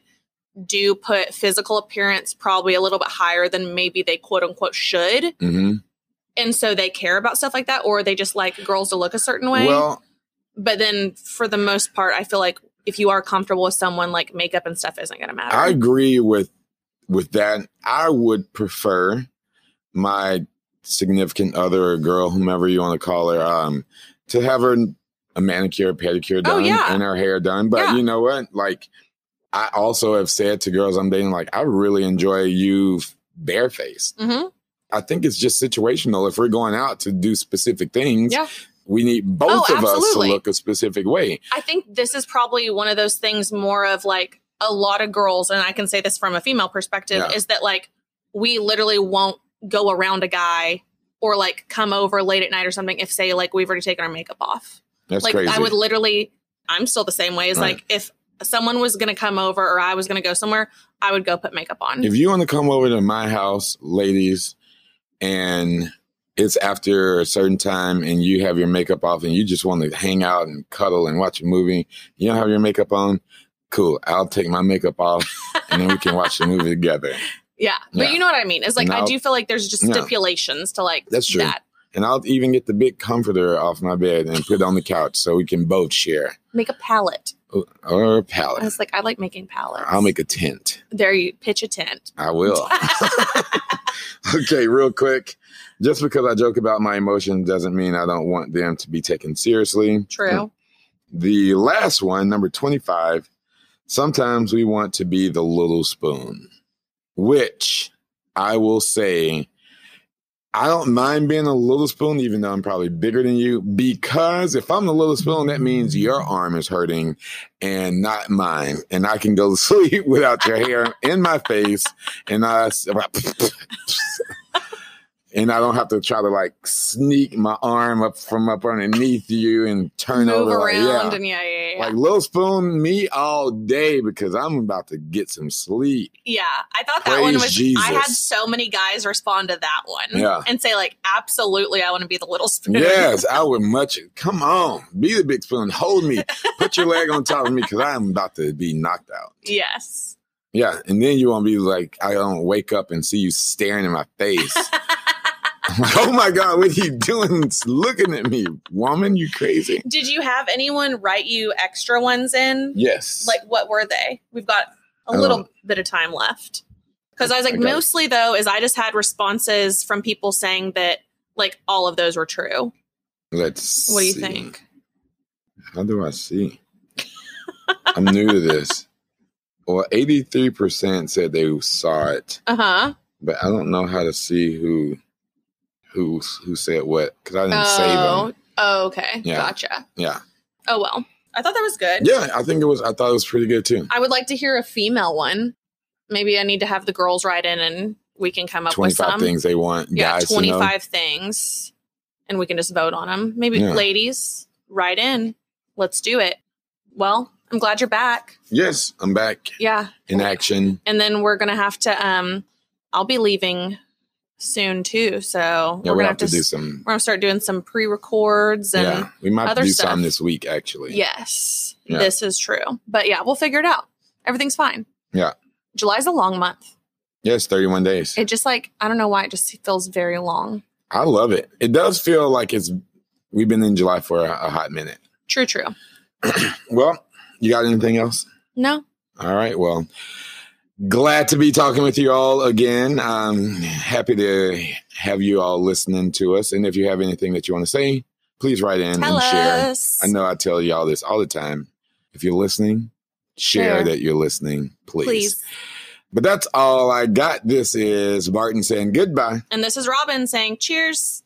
Speaker 3: do put physical appearance probably a little bit higher than maybe they quote unquote should
Speaker 2: hmm
Speaker 3: and so they care about stuff like that or they just like girls to look a certain way
Speaker 2: Well,
Speaker 3: but then for the most part i feel like if you are comfortable with someone like makeup and stuff isn't gonna matter
Speaker 2: I agree with with that. I would prefer my significant other or girl, whomever you want to call her, um, to have her a manicure, pedicure done,
Speaker 3: Oh, yeah.
Speaker 2: and her hair done. But
Speaker 3: Yeah.
Speaker 2: you know what? Like, I also have said to girls I'm dating, like, I really enjoy you f- barefaced.
Speaker 3: hmm
Speaker 2: I think it's just situational. If we're going out to do specific things,
Speaker 3: Yeah.
Speaker 2: we need both
Speaker 3: Oh,
Speaker 2: of us to
Speaker 3: absolutely.
Speaker 2: look a specific way.
Speaker 3: i think this is probably one of those things more of like a lot of girls and i can say this from a female perspective
Speaker 2: Yeah.
Speaker 3: is that like we literally won't go around a guy or like come over late at night or something if say like we've already taken our makeup off
Speaker 2: That's
Speaker 3: like
Speaker 2: crazy.
Speaker 3: I would literally I'm still the same way. It's
Speaker 2: Right.
Speaker 3: like if someone was gonna come over or I was gonna go somewhere, I would go put makeup on.
Speaker 2: If you want to come over to my house, ladies, and it's after a certain time and you have your makeup off and you just want to hang out and cuddle and watch a movie, you don't have your makeup on, cool. I'll take my makeup off and then we can watch the movie together.
Speaker 3: yeah.
Speaker 2: Yeah.
Speaker 3: But you know what I mean? It's like I
Speaker 2: No.
Speaker 3: do feel like there's just
Speaker 2: No.
Speaker 3: stipulations to like
Speaker 2: That's true.
Speaker 3: that.
Speaker 2: And I'll even get the big comforter off my bed and put it on the couch so we can both share
Speaker 3: Make a palette.
Speaker 2: or a
Speaker 3: I
Speaker 2: palette.
Speaker 3: was like, I like making palettes.
Speaker 2: I'll make a tent.
Speaker 3: there you pitch a tent.
Speaker 2: I will. okay, real quick. Just because I joke about my emotions doesn't mean I don't want them to be taken seriously.
Speaker 3: True.
Speaker 2: The last one, number 25, sometimes we want to be the little spoon, which I will say, I don't mind being a little spoon, even though I'm probably bigger than you, because if I'm the little spoon, that means your arm is hurting and not mine. And I can go to sleep without your hair in my face. And I, and I don't have to try to like sneak my arm up from up underneath you and turn
Speaker 3: Move
Speaker 2: over. like,
Speaker 3: around
Speaker 2: yeah.
Speaker 3: and yeah, yeah, yeah.
Speaker 2: Like Lil Spoon, me all day because I'm about to get some sleep.
Speaker 3: yeah. I thought that one
Speaker 2: Praise
Speaker 3: was
Speaker 2: Jesus.
Speaker 3: I had so many guys respond to that one.
Speaker 2: Yeah.
Speaker 3: And say like, absolutely I want to be the little spoon.
Speaker 2: Yes, I would much. Come on, be the big spoon. Hold me. Put your leg on top of me because I'm about to be knocked out.
Speaker 3: yes.
Speaker 2: Yeah, and then you won't be like, I don't wake up and see you staring in my face. I'm like, oh my God, what are you doing? Looking at me, woman, you crazy?
Speaker 3: Did you have anyone write you extra ones in?
Speaker 2: Yes.
Speaker 3: like what were they we've got a
Speaker 2: Oh.
Speaker 3: little bit of time left because i was like
Speaker 2: Okay.
Speaker 3: mostly though is i just had responses from people saying that like all of those were true
Speaker 2: let's.
Speaker 3: what do you
Speaker 2: see.
Speaker 3: think
Speaker 2: How do I see? I'm new to this. Well, 83% said they saw it.
Speaker 3: uh-huh
Speaker 2: but I don't know how to see who who who said what because I didn't save
Speaker 3: oh,
Speaker 2: them.
Speaker 3: oh okay
Speaker 2: Yeah.
Speaker 3: gotcha
Speaker 2: Yeah,
Speaker 3: oh well i thought that was good
Speaker 2: yeah. I think it was. I thought it was pretty good too.
Speaker 3: i would like to hear a female one maybe i need to have the girls write in and we can come up
Speaker 2: Twenty
Speaker 3: with
Speaker 2: five
Speaker 3: some
Speaker 2: things they want
Speaker 3: yeah
Speaker 2: guys to know.
Speaker 3: 25 things and we can just vote on them maybe
Speaker 2: Yeah.
Speaker 3: ladies write in let's do it well i'm glad you're back
Speaker 2: Yes, I'm back
Speaker 3: yeah
Speaker 2: in action.
Speaker 3: and then we're gonna have to um i'll be leaving soon too so
Speaker 2: Yeah,
Speaker 3: we're
Speaker 2: we
Speaker 3: gonna
Speaker 2: have to do
Speaker 3: s-
Speaker 2: some.
Speaker 3: we're gonna start doing some pre-records and
Speaker 2: Yeah, we might have to
Speaker 3: other
Speaker 2: do
Speaker 3: stuff.
Speaker 2: some this week actually.
Speaker 3: yes
Speaker 2: Yeah.
Speaker 3: this is true but yeah we'll figure it out everything's fine
Speaker 2: Yeah.
Speaker 3: july's a long month
Speaker 2: Yes, thirty one days.
Speaker 3: it just like i don't know why it just feels very long
Speaker 2: I love it. It does feel like it's. We've been in July for a, a hot minute.
Speaker 3: true true
Speaker 2: Well, you got anything else?
Speaker 3: no
Speaker 2: All right. Well, glad to be talking with you all again. I'm happy to have you all listening to us. And if you have anything that you want to say, please write in
Speaker 3: tell
Speaker 2: and share.
Speaker 3: us
Speaker 2: I know I tell you all this all the time. If you're listening, share
Speaker 3: Share.
Speaker 2: that you're listening, please.
Speaker 3: please
Speaker 2: But that's all I got. This is Martin saying goodbye.
Speaker 3: And this is Robin saying cheers.